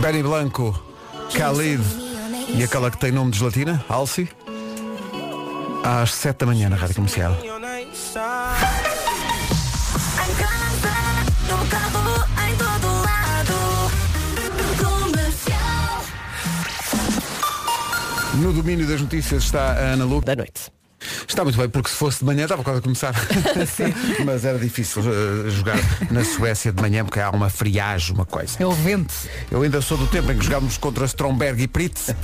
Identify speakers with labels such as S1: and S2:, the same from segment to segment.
S1: Benny Blanco, Khalid e aquela que tem nome de gelatina, Alci. Às 7 da manhã na Rádio Comercial.
S2: Em casa, no carro, em todo lado. Comercial.
S1: No domínio das notícias está a Ana Lu.
S3: da noite.
S1: Está muito bem, porque se fosse de manhã estava quase a começar. Mas era difícil eh, jogar na Suécia de manhã porque há uma friagem, uma coisa.
S4: É o vento.
S1: Eu ainda sou do tempo em que jogámos contra Stromberg e Pritz.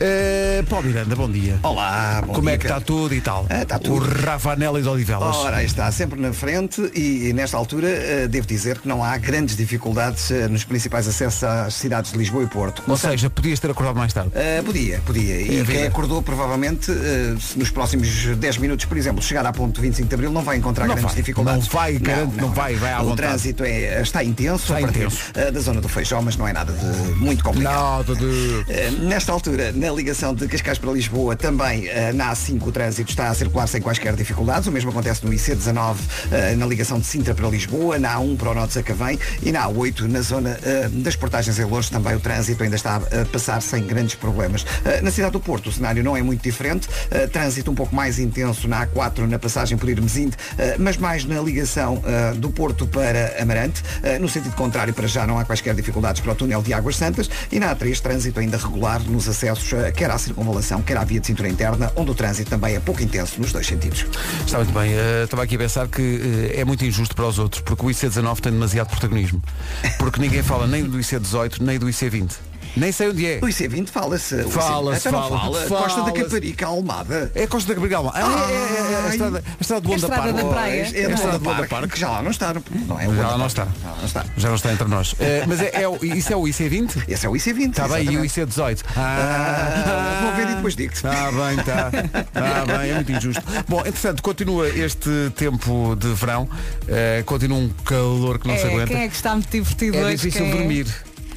S1: Eh, Paulo Miranda, bom dia.
S5: Olá, bom
S1: Como
S5: dia,
S1: é que está
S5: Pedro.
S1: tudo e tal?
S5: Ah, está tudo.
S1: O Ravanelli de Olivelas.
S5: Ora, aí está sempre na frente e, e nesta altura eh, devo dizer que não há grandes dificuldades eh, nos principais acessos às cidades de Lisboa e Porto.
S1: Ou seja, podias ter acordado mais tarde.
S5: Eh, podia, podia. E
S1: É
S5: quem
S1: vida.
S5: acordou provavelmente, eh, se nos próximos 10 minutos, por exemplo, chegar à ponte 25 de Abril, não vai encontrar
S1: Não
S5: grandes
S1: vai,
S5: dificuldades.
S1: não vai, garanto, não vai, vai à
S5: O
S1: vontade.
S5: trânsito é, está intenso,
S1: Está
S5: a partir,
S1: intenso.
S5: eh, da zona do Feijó, mas não é nada de muito complicado.
S1: Nada de.
S5: Eh, Nesta altura, na ligação de Cascais para Lisboa, também eh, na A5 o trânsito está a circular sem quaisquer dificuldades. O mesmo acontece no IC19, eh, na ligação de Sintra para Lisboa, na A1 para o Norte de Sacavém e na A8, na zona eh, das portagens em Louros, também o trânsito ainda está a passar sem grandes problemas. Eh, Na cidade do Porto, o cenário não é muito diferente. Eh, Trânsito um pouco mais intenso na A4, na passagem por Irmesinde, eh, mas mais na ligação eh, do Porto para Amarante. Eh, No sentido contrário, para já não há quaisquer dificuldades para o túnel de Águas Santas e na A3, trânsito ainda regular nos acessos, eh, quer à circunvalação, quer à via de cintura interna, onde o trânsito também é pouco intenso nos dois sentidos.
S1: Está muito bem. Eh, estava aqui a pensar que eh, é muito injusto para os outros, porque o IC19 tem demasiado protagonismo. Porque ninguém fala nem do IC18, nem do IC20. Nem sei onde é.
S5: O IC20 fala-se. o IC20
S1: Fala-se,
S5: até Então não
S1: fala-
S5: fala. Costa da
S1: fala-se.
S5: Caparica, Almada.
S1: É a Costa da Brigal. Ah, é, é, é, é a
S5: Ai.
S1: estrada, a estrada do Bom
S4: A
S1: da
S4: estrada
S1: Parque.
S4: da praia.
S5: Pois, É,
S1: a
S5: a
S1: estrada do Bom
S5: Parque,
S1: da Parque.
S5: que já lá não está. não- Não é o
S1: Já
S5: Bom
S1: lá
S5: da
S1: não
S5: Parque,
S1: está.
S5: Já lá não está.
S1: Já não está entre nós. Eh, mas é, é o- isso é o IC20?
S5: Esse é o IC20.
S1: Está Tá bem, e o Tá
S5: exatamente.
S1: IC18?
S5: Ah, vou ver e depois digo-te.
S1: Está bem, está. Está bem, é muito injusto. Bom, entretanto, continua este tempo de verão. eh, continua um calor que não se
S4: É,
S1: aguenta.
S4: quem é que está muito divertido
S1: É
S4: hoje?
S1: difícil
S4: Quem é?
S1: dormir.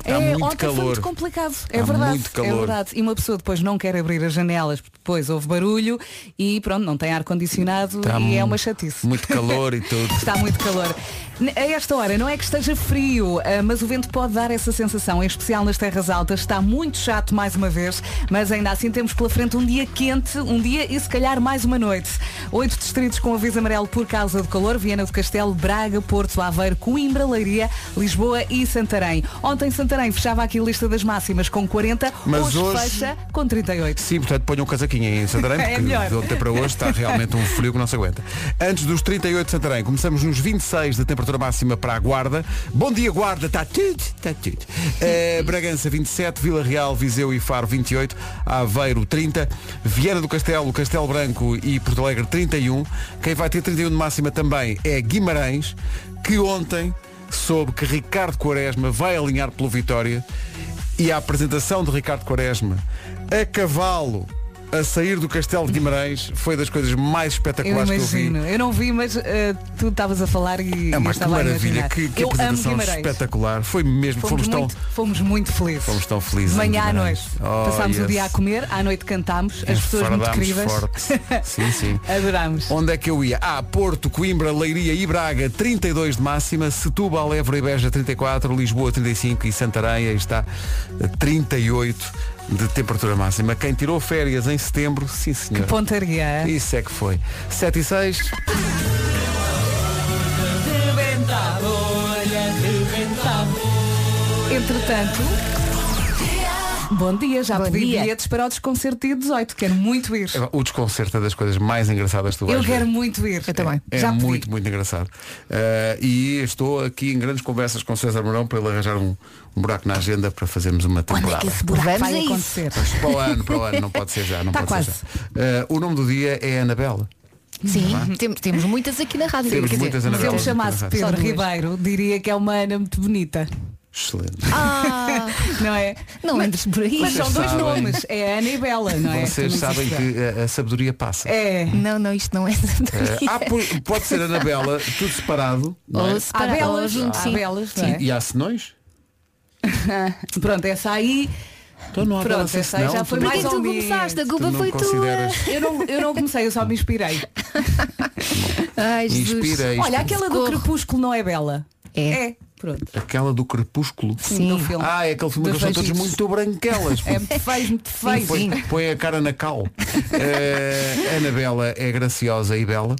S4: É,
S1: Há muito
S4: ontem foi muito
S1: calor.
S4: complicado. É
S1: Há
S4: verdade.
S1: muito calor.
S4: É verdade. E uma pessoa depois não quer abrir as janelas porque depois houve barulho e pronto, não tem ar-condicionado
S1: Está
S4: e é
S1: Tá mu-
S4: uma chatice.
S1: Muito calor e tudo.
S4: Está muito calor. N- A esta hora não é que esteja frio, ah, mas o vento pode dar essa sensação, em especial nas terras altas. Está muito chato mais uma vez, mas ainda assim temos pela frente um dia quente, um dia e se calhar mais uma noite. Oito distritos com aviso amarelo por causa do calor, Viana do Castelo, Braga, Porto, Aveiro, Coimbra, Leiria, Lisboa e Santarém. Ontem Santarém fechava aqui a lista das máximas com 40,
S1: Mas
S4: hoje,
S1: hoje-
S4: fecha com 38.
S1: Sim, portanto, ponha um casaquinho aí em Santarém,
S4: É
S1: porque
S4: melhor.
S1: de ontem para hoje está realmente um frio que não se aguenta. Antes dos 38 de Santarém, começamos nos 26 de temperatura máxima para a Guarda. Bom dia, Guarda, está tudo, está tudo. Eh, Bragança 27, Vila Real, Viseu e Faro 28, Aveiro 30, Vieira do Castelo, Castelo Branco e Porto Alegre 31. Quem vai ter 31 de máxima também é Guimarães, que ontem soube que Ricardo Quaresma vai alinhar pelo Vitória e a apresentação de Ricardo Quaresma a cavalo a sair do Castelo de Guimarães foi das coisas mais
S4: Eu
S1: espetaculares que eu vi.
S4: imagino, eu não vi, mas ah, tu estavas a falar e
S1: É
S4: eu
S1: uma que
S4: estava a
S1: maravilha,
S4: imaginar.
S1: que, que
S4: eu amo
S1: apresentação
S4: Guimarães.
S1: espetacular. Foi mesmo, fomos,
S4: Fomos,
S1: tão,
S4: muito, fomos muito felizes.
S1: fomos tão felizes.
S4: De
S1: em
S4: manhã à noite.
S1: Guimarães. Oh,
S4: Passámos o
S1: yes.
S4: dia a comer, à noite cantámos, as pessoas muito
S1: Enfardámos
S4: queridas.
S1: forte. sim, sim.
S4: Adorámos.
S1: Onde é que eu ia? Ah, Porto, Coimbra, Leiria e Braga, 32 de máxima, Setúbal, Évora e Beja, 34, Lisboa, 35 e Santarém, aí está, 38 de temperatura máxima. Quem tirou férias em setembro, sim senhor.
S4: Pontaria.
S1: Isso é que foi. 7 e 6.
S4: Entretanto. Bom dia, já
S6: Bom
S4: pedi
S6: dia.
S4: bilhetes para o desconcerto dia 18. Quero muito ir.
S1: O desconcerto é das coisas mais engraçadas do
S4: Eu
S1: vais ver.
S4: quero muito ir.
S6: Eu também.
S1: É
S4: já pedi.
S1: muito, muito engraçado. Eh, e estou aqui em grandes conversas com César Mourão para ele arranjar um, um buraco na agenda para fazermos uma temporada.
S4: Vai
S6: Vamos a isso.
S4: acontecer.
S1: Então, Para o ano, para o ano, não pode ser já. Não
S4: Tá
S1: pode
S4: quase.
S1: Ser já. Eh, o nome do dia é Anabela.
S4: Uhum.
S6: Sim, temos, temos muitas aqui na rádio.
S1: Temos
S6: quer dizer,
S1: muitas
S4: Se eu me
S1: Anabela.
S4: chamasse
S1: Só
S4: Pedro
S6: duas.
S4: Ribeiro, diria que é uma Ana muito bonita.
S1: Excelente.
S6: Ah,
S4: Não é?
S6: não entres por aí.
S4: Mas são dois
S1: sabem.
S4: nomes. É Ana e Bela, não é?
S1: Vocês
S4: Não
S1: sabem
S4: existe.
S1: que a, a sabedoria passa.
S4: É.
S6: Não, não, isto não é
S1: Eh,
S6: sabedoria.
S1: ah, po- pode ser Anabela, tudo separado. Não é?
S6: Ou
S4: Há
S6: separa- ou
S4: belas,
S6: junto,
S4: há
S6: sim.
S4: belas, não é?
S1: E, e há senões?
S4: Pronto, essa aí,
S1: Então não há
S4: Pronto,
S1: nada a ser
S4: essa aí
S1: senão,
S4: já foi
S1: tu não-
S6: Porquê
S4: Mais
S6: que
S4: um. ou
S6: tu
S4: menos.
S6: começaste? A
S1: tu
S6: culpa
S1: não
S6: foi tua.
S1: consideras.
S4: eu não, eu não comecei, eu só me inspirei.
S6: Ai, Jesus.
S1: Inspira,
S4: Olha, aquela do
S6: Socorro.
S4: crepúsculo não é bela.
S6: É.
S4: É.
S6: Pronto.
S1: Aquela do crepúsculo.
S6: Sim.
S4: do filme.
S1: Ah, é aquele filme que
S6: Dos
S1: eles são todos
S6: vagitos.
S1: muito branquelas.
S4: É muito feio, muito feio.
S1: Põe, põe a cara na cal. Eh, Anabela é graciosa e bela.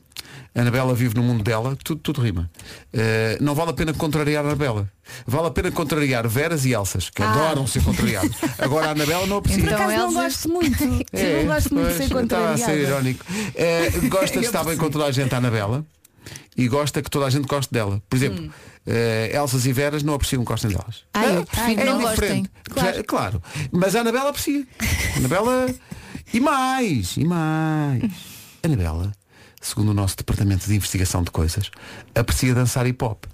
S1: Anabela vive no mundo dela, tudo, tudo rima. Eh, não vale a pena contrariar a Anabela. Vale a pena contrariar Veras e Elsas, que adoram ser contrariadas. Agora a Anabela não é aprecia.
S4: Por acaso não
S6: Elsa-
S4: gosto muito.
S1: É,
S4: Eu não gosto muito de
S1: pois,
S4: ser
S1: Estava a ser
S4: contrariada.
S1: irónico. Eh, gosta de estar bem com toda a gente, a Anabela. E gosta que toda a gente goste dela. Por exemplo, eh, Elsas e Veras não apreciam que gostem delas.
S6: Ah, eu
S1: Ah,
S6: prefiro
S1: é
S6: não
S1: diferente.
S6: gostem.
S1: Claro. claro. Mas a Anabela aprecia. A Anabela. E mais, e mais. A Anabela, segundo o nosso departamento de investigação de coisas, aprecia dançar hip hop.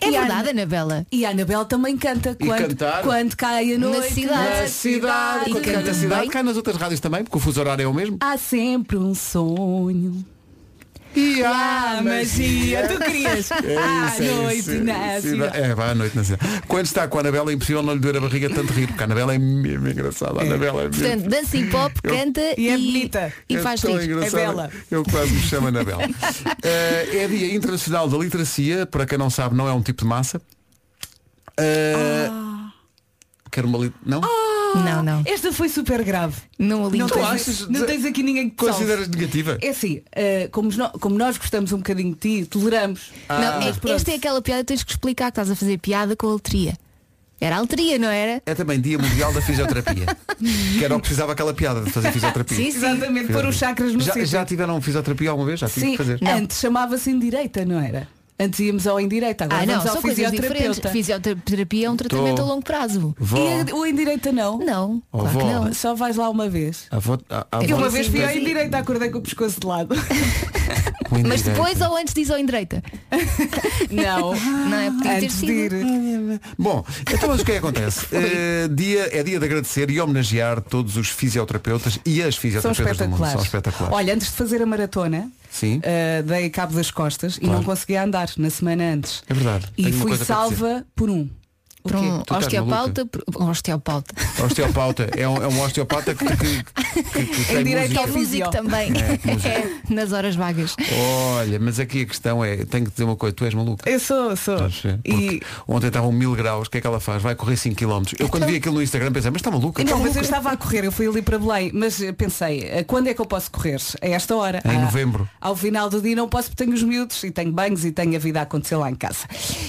S6: É
S4: E a
S6: verdade, Anabela.
S4: E a Anabel também canta quando,
S1: cantar.
S4: quando cai a noite.
S6: cidade. Na
S1: cidade.
S6: E
S1: Quando cai
S6: canta
S1: na cidade,
S6: bem.
S1: cai nas outras rádios também, porque o fuso horário é o mesmo.
S4: Há sempre um sonho.
S1: E
S4: Ah, magia, tu querias. à
S1: isso, é
S4: noite
S1: isso,
S4: na
S1: é isso.
S4: cidade.
S1: É, vai à noite na cidade. Quando está com a Anabela é impossível não lhe doer a barriga tanto rir, porque a Anabela é mesmo engraçada. A Anabela é mesmo.
S6: Portanto, dança hip hop, canta
S4: E é bonita.
S6: E
S1: É
S6: faz
S1: tão
S6: rir.
S1: engraçada.
S4: É bela.
S1: Eu quase me chamo Anabela. Eh, é Dia Internacional da Literacia, para quem não sabe, não é um tipo de massa. Eh, Quero uma lit... Não?
S6: Não, não.
S4: Esta foi super grave.
S6: Não ali.
S4: É- Não
S1: tu
S4: tens,
S1: achas?
S4: não tens aqui ninguém que te salve.
S1: Consideras negativa?
S4: É assim, eh, como, nó- como nós gostamos um bocadinho de ti, toleramos.
S6: Não, é-
S4: Ah, Mas pronto.
S6: esta é aquela piada que tens que explicar que estás a fazer piada com a alteria. Era alteria, não era?
S1: É também Dia Mundial da Fisioterapia. que era o que precisava aquela piada de fazer fisioterapia.
S6: Sim, sim.
S4: é Exatamente, pôr os chakras no
S1: Já,
S4: sítio.
S1: já tiveram fisioterapia alguma vez? Já tive
S4: Sim,
S1: que fazer.
S4: antes chamava-se indireita, não era? Antes íamos ao indireita, agora
S6: Ah, não,
S4: vamos
S6: são
S4: ao
S6: coisas diferentes.
S4: fisioterapeuta.
S6: Fisioterapia é um tratamento
S1: Tô.
S6: a longo prazo.
S1: Vó,
S4: E a- o indireita não?
S6: Não,
S1: Oh,
S6: claro que
S1: vó.
S6: não.
S4: Só vais lá uma vez.
S1: avó- a- a
S4: Eu
S1: avó-
S4: uma vez
S6: sim,
S4: fui ao
S6: mas-
S4: indireita, acordei com o pescoço de lado.
S1: com indireita.
S6: Mas depois ou antes diz ou endireita.
S4: Não.
S6: Não é podia ter
S4: Antes de
S6: sido.
S4: ir.
S1: Bom, então mas o que é que acontece? Eh, dia, é dia de agradecer e homenagear todos os fisioterapeutas e as
S4: São
S1: fisioterapeutas do mundo.
S4: espetaculares.
S1: São espetaculares.
S4: Olha, antes de fazer a maratona,
S1: Sim.
S4: eh, dei cabo das costas e não conseguia andar na semana antes.
S1: É verdade.
S4: E
S1: Tenho uma
S4: fui
S1: coisa para
S4: salva por um. O
S6: Por
S4: quê?
S6: um
S1: Tu estás
S6: osteopauta, por, um osteopauta.
S4: eh,
S1: Osteopauta. É um, é um osteopata que, que, que, que- que tem
S4: direito
S6: Que
S1: música.
S6: é
S4: Fisio.
S6: músico também. É, nas horas vagas.
S1: Olha, mas aqui a questão é, tenho que dizer uma coisa, tu és maluca. eh,
S4: Eu sou, sou.
S1: Porque
S4: E...
S1: ontem estavam mil graus, o que é que ela faz? Vai correr 5 km. Eu quando vi aquilo no Instagram pensei, mas está maluca?
S4: Então- Não,
S1: Está
S4: mas eu
S1: maluca?
S4: estava a correr, eu fui ali para Belém, mas eh, pensei, eh, quando é que eu posso correr? A esta hora.
S1: É Em
S4: Ah,
S1: novembro.
S4: Ao final do dia não posso porque tenho os miúdos e tenho banhos e tenho a vida a acontecer lá em casa.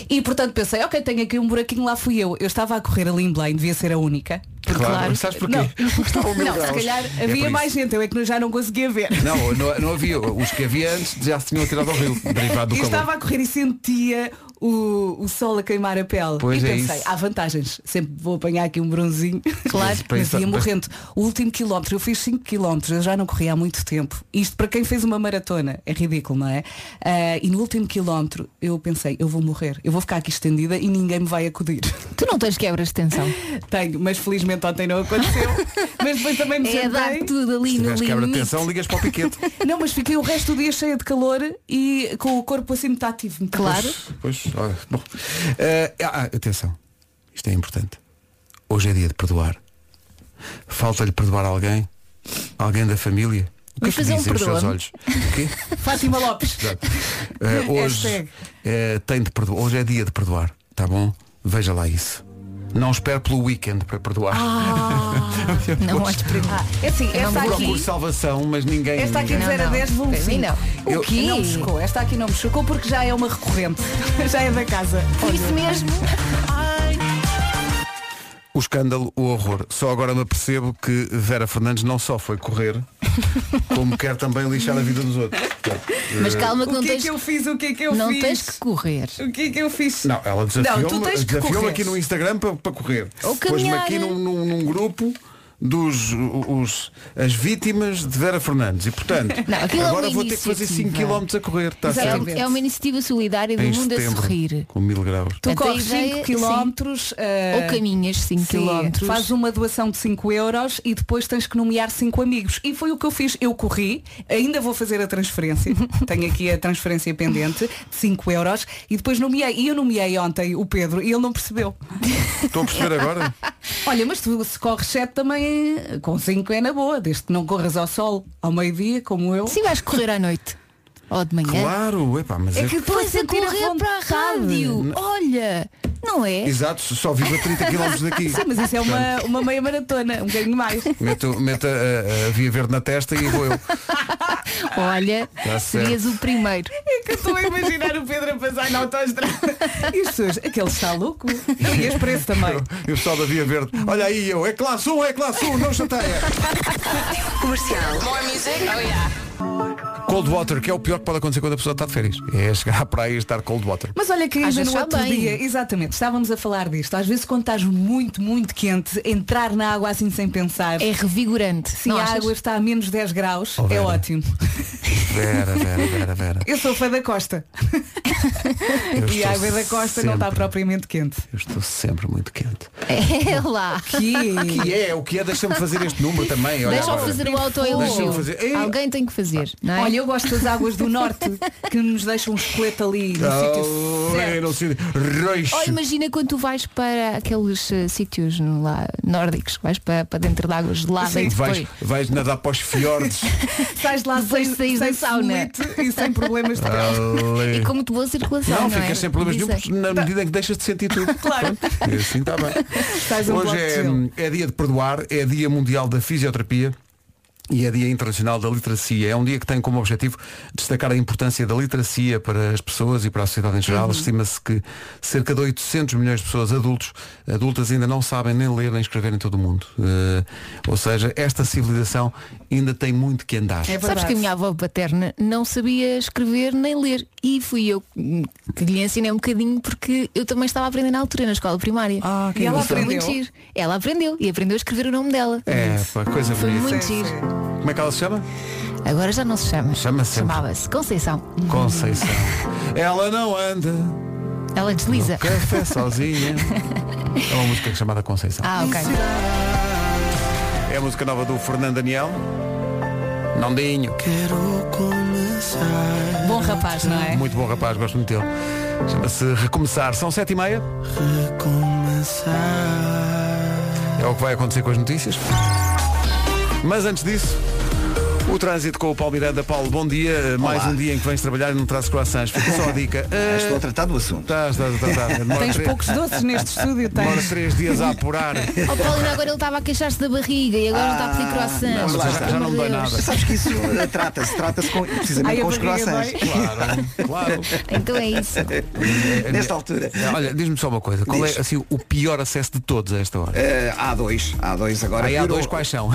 S4: E portanto pensei, ok, tenho aqui um buraquinho, lá fui eu. Eu estava a correr ali em Belém, devia ser a única. Porque,
S1: Claro,
S6: Claro.
S1: sabes porquê?
S4: Não.
S1: Porque estavam mil
S4: Não,
S1: graus.
S4: se calhar
S1: É por
S4: havia
S1: isso.
S4: mais gente, eu é que já não conseguia ver.
S1: Não, não, não havia. Os que havia antes já se tinham atirado ao rio, derivado do
S4: e
S1: calor.
S4: estava a correr e sentia o, o sol a queimar a pele.
S1: Pois
S4: e
S1: é
S4: pensei,
S1: isso.
S4: há vantagens. Sempre vou apanhar aqui um bronzinho.
S6: Claro.
S1: Mas
S4: Mas
S1: pensa-
S4: ia
S1: mas-
S4: morrendo. O último quilómetro, eu fiz 5 quilómetros, eu já não corri há muito tempo. Isto para quem fez uma maratona, é ridículo, não é? Ah, e no último quilómetro eu pensei, eu vou morrer, eu vou ficar aqui estendida e ninguém me vai acudir.
S6: Tu não tens quebras de tensão.
S4: Tenho, mas felizmente ontem não aconteceu. mas depois também me
S6: É dar
S4: sentei.
S6: tudo ali
S1: Se
S6: no
S1: tiveres quebra de
S6: limite.
S1: tensão, ligas para o piquete.
S4: Não, mas fiquei o resto do dia cheia de calor e com o corpo assim muito ativo. Muito
S6: Claro.
S1: Pois, olha, bom. Eh, ah, atenção, isto é importante. Hoje é dia de perdoar. Falta-lhe perdoar alguém, alguém da família. O que é
S6: Vamos
S1: que
S6: fazer um
S1: dizem os seus
S6: perdoa-me.
S1: olhos? O quê?
S4: Fátima Lopes.
S1: Exato. Eh, hoje
S4: Hashtag.
S1: eh, tem de perdoar. Hoje é dia de perdoar, tá bom? Veja lá isso. Não espero pelo weekend para perdoar.
S6: Não olhes para mim.
S4: É assim,
S6: Eu não
S4: esta
S6: me
S1: Procuro
S4: aqui,
S1: salvação, mas ninguém.
S4: esta aqui de
S1: ninguém-
S4: 0
S6: Não,
S4: a
S6: não.
S4: 10 vou
S6: Para mim, não.
S1: Eu-
S4: O quê? Não me chocou, esta aqui não me chocou porque já é uma recorrente. já é da casa.
S6: Por isso mesmo.
S1: O escândalo, o horror. Só agora me apercebo que Vera Fernandes não só foi correr, como quer também lixar a vida dos outros. eh,
S6: Mas calma que
S4: O
S6: não
S4: que é
S6: tens,
S4: que eu fiz? O que é que eu
S6: não
S4: fiz?
S6: tens que correr.
S4: O que é que eu fiz?
S1: Não, ela
S4: Não, tu
S1: desafiou-me
S4: tens que
S1: desafiou
S4: correr.
S1: aqui no Instagram para, para correr.
S6: Ou
S1: Pôs-me
S6: caminhar,
S1: aqui
S6: é?
S1: num, num- num grupo dos os, as vítimas de Vera Fernandes. E portanto,
S6: Não, aquilo é
S1: agora
S6: uma
S1: vou ter que fazer 5
S6: iniciativa.
S1: km a correr. Está
S6: É,
S1: certo.
S4: Exatamente.
S6: é uma iniciativa solidária do
S1: Em
S6: mundo a
S1: setembro,
S6: sorrir.
S1: Com mil graus.
S4: Tu
S6: Portanto, a
S4: corres
S6: ideia-
S4: 5 quilómetros eh,
S6: Ou caminhas 5
S4: sim,
S6: km.
S4: Faz um- uma doação de 5 euros e depois tens que nomear 5 amigos. E foi o que eu fiz. Eu corri, ainda vou fazer a transferência. Tenho aqui a transferência pendente de 5 euros e depois nomeei. E eu nomeei ontem o Pedro e ele não percebeu.
S1: Estou a perceber agora?
S4: Olha, mas tu se corres 7 também eh, com 5 é na boa, desde que não corras ao sol ao meio-dia, como eu.
S6: Sim, vais correr à noite. Ou de manhã.
S1: Claro, epá, mas
S4: É
S1: é-
S4: que depois
S6: Depois a
S4: sentir a
S6: correr para a
S4: vontade.
S6: rádio. Olha, não é?
S1: Exato, só vivo a 30 km daqui.
S4: Sim, mas isso é uma, uma meia maratona, um bocadinho mais.
S1: Meto, meto a, a- a via verde na testa e vou eu.
S6: Olha,
S1: Tá
S6: serias o primeiro.
S4: É que eu estou a imaginar o Pedro a passar na autoestrada. E as pessoas, aquele está louco. Eu ia expresso também.
S1: E o pessoal da Via Verde. Olha aí eu, é classe 1, é classe 1, não chateia.
S3: Comercial. More music? Oh yeah.
S1: Cold water, que é o pior que pode acontecer quando a pessoa está de férias. É chegar à praia e estar cold water.
S4: Mas olha que
S6: Às
S4: ainda
S6: vezes
S4: no
S6: está
S4: outro
S6: bem.
S4: dia, exatamente, estávamos a falar disto. Às vezes quando estás muito, muito quente, entrar na água assim sem pensar.
S6: É revigorante.
S4: Se
S6: não
S4: a
S6: achas?
S4: água está a menos 10 graus,
S1: Oh,
S4: é
S1: Vera.
S4: ótimo.
S1: Vera, Vera, Vera, Vera.
S4: Eu sou fã da Costa.
S1: Eu
S4: E a
S1: estou
S4: água da Costa não está
S1: sempre-
S4: propriamente quente.
S1: Eu estou sempre muito quente.
S6: É lá.
S4: Que...
S1: E é, o que é, deixa-me fazer este número também. Olha
S6: Deixa-me
S1: agora.
S6: fazer
S4: um
S6: o
S1: Deixa-me
S6: autoelogio.
S1: fazer- Ei!
S6: Alguém tem que fazer, não é?
S4: Olha, eu gosto das águas do norte que nos deixam um esqueleto ali no
S1: Oh,
S4: sítio
S1: é,
S4: certo.
S1: não sei.
S6: Ou
S1: Reixo.
S6: imagina quando tu vais para aqueles eh, sítios no- lá, nórdicos, vais para, para dentro de água gelada e
S1: Vais,
S6: depois.
S1: vais nadar para os fiordes.
S4: Sais lá
S6: Depois
S4: sem,
S6: de sair da
S4: sem
S6: sauna.
S4: celulite e sem problemas
S1: Ah,
S4: de pele.
S1: Ali.
S6: E com muito boa circulação.
S1: Não,
S6: Não,
S1: ficas
S6: é?
S1: sem problemas
S6: Diz aí.
S1: nenhum na medida em que deixas de sentir tudo.
S4: Claro.
S1: Pronto, e assim está bem.
S4: Estás um
S1: Hoje
S4: bloco de gelo.
S1: é, é dia de perdoar, é dia mundial da fisioterapia. E é Dia Internacional da Literacia. É um dia que tem como objetivo destacar a importância da literacia para as pessoas e para a sociedade em geral. Estima-se que cerca de 800 milhões de pessoas adultos, adultas ainda não sabem nem ler nem escrever em todo o mundo. Eh, ou seja, esta civilização ainda tem muito que andar.
S4: É
S6: Sabes
S4: verdade.
S6: que a minha avó paterna não sabia escrever nem ler e fui eu que lhe ensinei um bocadinho porque eu também estava aprendendo na altura na escola primária.
S1: Ah, que
S4: E ela
S1: engraçado.
S6: Foi
S4: aprendeu?
S6: muito giro. Ela aprendeu e aprendeu a escrever o nome dela.
S1: É, pá, coisa
S6: Foi
S1: bonita.
S6: muito
S4: Sim,
S6: giro.
S4: sim.
S1: Como é que ela se chama?
S6: Agora já não se chama.
S1: Chama-se sempre.
S6: Chamava-se Conceição.
S1: Conceição. Ela não anda.
S6: Ela desliza.
S1: Café sozinha. É uma música chamada Conceição.
S6: Ah, ok.
S1: É a música nova do Fernando Daniel. Nondinho.
S4: Bom rapaz, não é?
S1: Muito bom rapaz, gosto muito dele. Chama-se Recomeçar. São sete e meia. É o que vai acontecer com as notícias. Mas antes disso, o trânsito com o Paulo Miranda. Paulo, bom dia. Mais um dia em que vens trabalhar e não trazes croissants. Fica só a dica. Ah,
S5: Estou a tratar do assunto.
S1: Estás, estás, estás, estás. Demora
S4: Tens
S1: três-
S4: poucos doces neste estúdio,
S1: Demora
S4: tens.
S1: três dias a apurar.
S6: O Paulo ainda Oh, agora ele estava a queixar-se da barriga e agora não está a pedir croissant.
S1: mas
S5: lá
S1: já,
S5: está.
S1: já Ah, não me dói
S6: Meu
S1: nada.
S6: Deus.
S5: Sabes que isso eh, trata-se, trata-se com, precisamente
S4: Ai, a
S5: com os
S4: barriga
S5: croissants.
S4: dói.
S1: Claro, claro.
S6: Então é isso.
S1: é?
S5: Nesta altura.
S1: Olha, diz-me só uma coisa. Qual
S5: Diz.
S1: é assim, o pior acesso de todos a esta hora?
S5: Eh, há dois, há dois agora.
S1: Aí há
S5: Virou- É.
S1: dois quais são.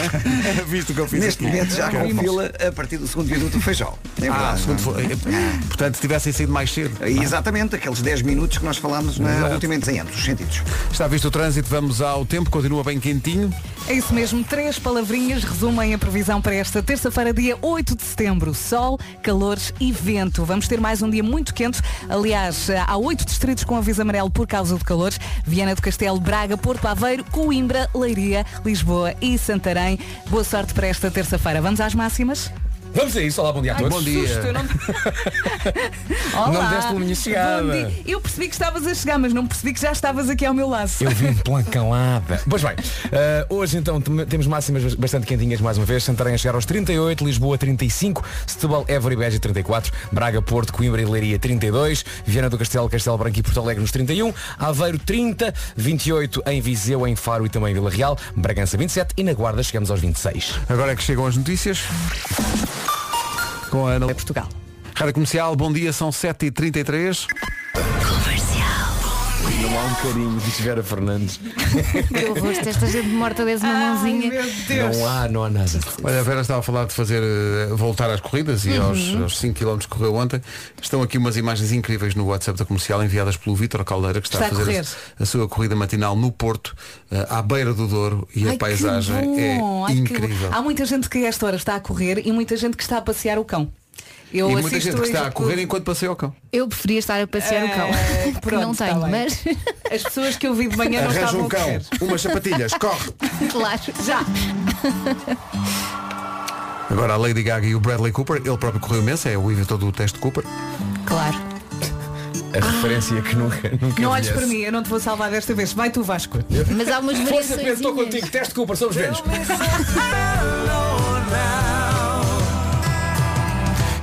S1: Visto o que eu fiz
S5: Neste
S1: aqui.
S5: momento já
S1: Ok.
S5: com fila a partir do segundo minuto do feijão. É
S1: Ah,
S5: verdade.
S1: segundo foi- eh, Portanto, se tivessem saído mais cedo.
S5: E Exatamente, aqueles 10 minutos que nós falámos na
S1: Exato.
S5: última em ambos os sentidos.
S1: Está visto o trânsito, vamos ao tempo, continua bem quentinho.
S4: É isso mesmo, três palavrinhas resumem a previsão para esta terça-feira, dia 8 de setembro. Sol, calores e vento. Vamos ter mais um dia muito quente. Aliás, há oito distritos com aviso amarelo por causa de calores. Viana do Castelo, Braga, Porto Aveiro, Coimbra, Leiria, Lisboa e Santarém. Boa sorte para esta terça-feira. Vamos às máximas?
S7: Vamos a isso, olá, bom dia a todos.
S1: Bom dia.
S4: Susto, eu não... Olá.
S7: Não deste a minha chegada.
S4: Bom dia. Eu percebi que estavas a chegar, mas não percebi que já estavas aqui ao meu lado.
S7: Eu vim pela calada. Pois bem, eh, hoje então tem- temos máximas bastante quentinhas mais uma vez. Santarém a chegar aos 38, Lisboa 35, Setúbal, Évora e Beja 34, Braga, Porto, Coimbra e Leiria 32, Viana do Castelo, Castelo Branco e Porto Alegre nos 31, Aveiro 30, 28 em Viseu, em Faro e também em Vila Real, Bragança 27 e na Guarda chegamos aos 26.
S1: Agora é que chegam as notícias. Com a Ana.
S4: Portugal.
S1: Rádio Comercial, bom dia, são 7h33.
S7: Não há um carinho de Vera Fernandes.
S6: Que horror, se esta gente morta desse uma mãozinha.
S7: Não há, não há nada.
S1: Olha, a Vera estava a falar de fazer eh, voltar às corridas e
S4: Uhum.
S1: aos, aos 5 km que correu ontem. Estão aqui umas imagens incríveis no WhatsApp da comercial enviadas pelo Vítor Caldeira, que está,
S4: Está a
S1: a fazer
S4: correr.
S1: a, a sua corrida matinal no Porto, eh, à beira do Douro, e
S4: Ai,
S1: a
S4: que
S1: paisagem
S4: bom, Ah,
S1: é
S4: ai, que bom.
S1: incrível.
S4: Há muita gente que a esta hora está a correr e muita gente que está a passear o cão. Eu
S1: E muita
S4: assisto
S1: gente que está a
S4: este-
S1: correr enquanto passeia o cão.
S6: Eu preferia estar a passear o cão.
S1: É,
S4: Eh,
S6: que
S4: pronto,
S6: não
S1: tá
S4: está
S6: tenho,
S4: bem.
S6: mas
S4: As pessoas que eu vi de manhã não
S1: Arranja
S4: estavam
S1: um
S4: a
S1: cão,
S4: correr.
S1: umas sapatilhas, corre!
S6: claro.
S4: Já!
S1: Agora a Lady Gaga e o Bradley Cooper, ele próprio correu imenso, é o inventor do teste Cooper.
S6: Claro.
S7: A referência é que nunca, nunca
S4: Não olhes para mim, eu não te vou salvar desta vez. Vai tu Vasco.
S6: Mas há umas
S7: Força, Pedro, estou
S6: variações.
S7: contigo. Teste Cooper, somos velhos.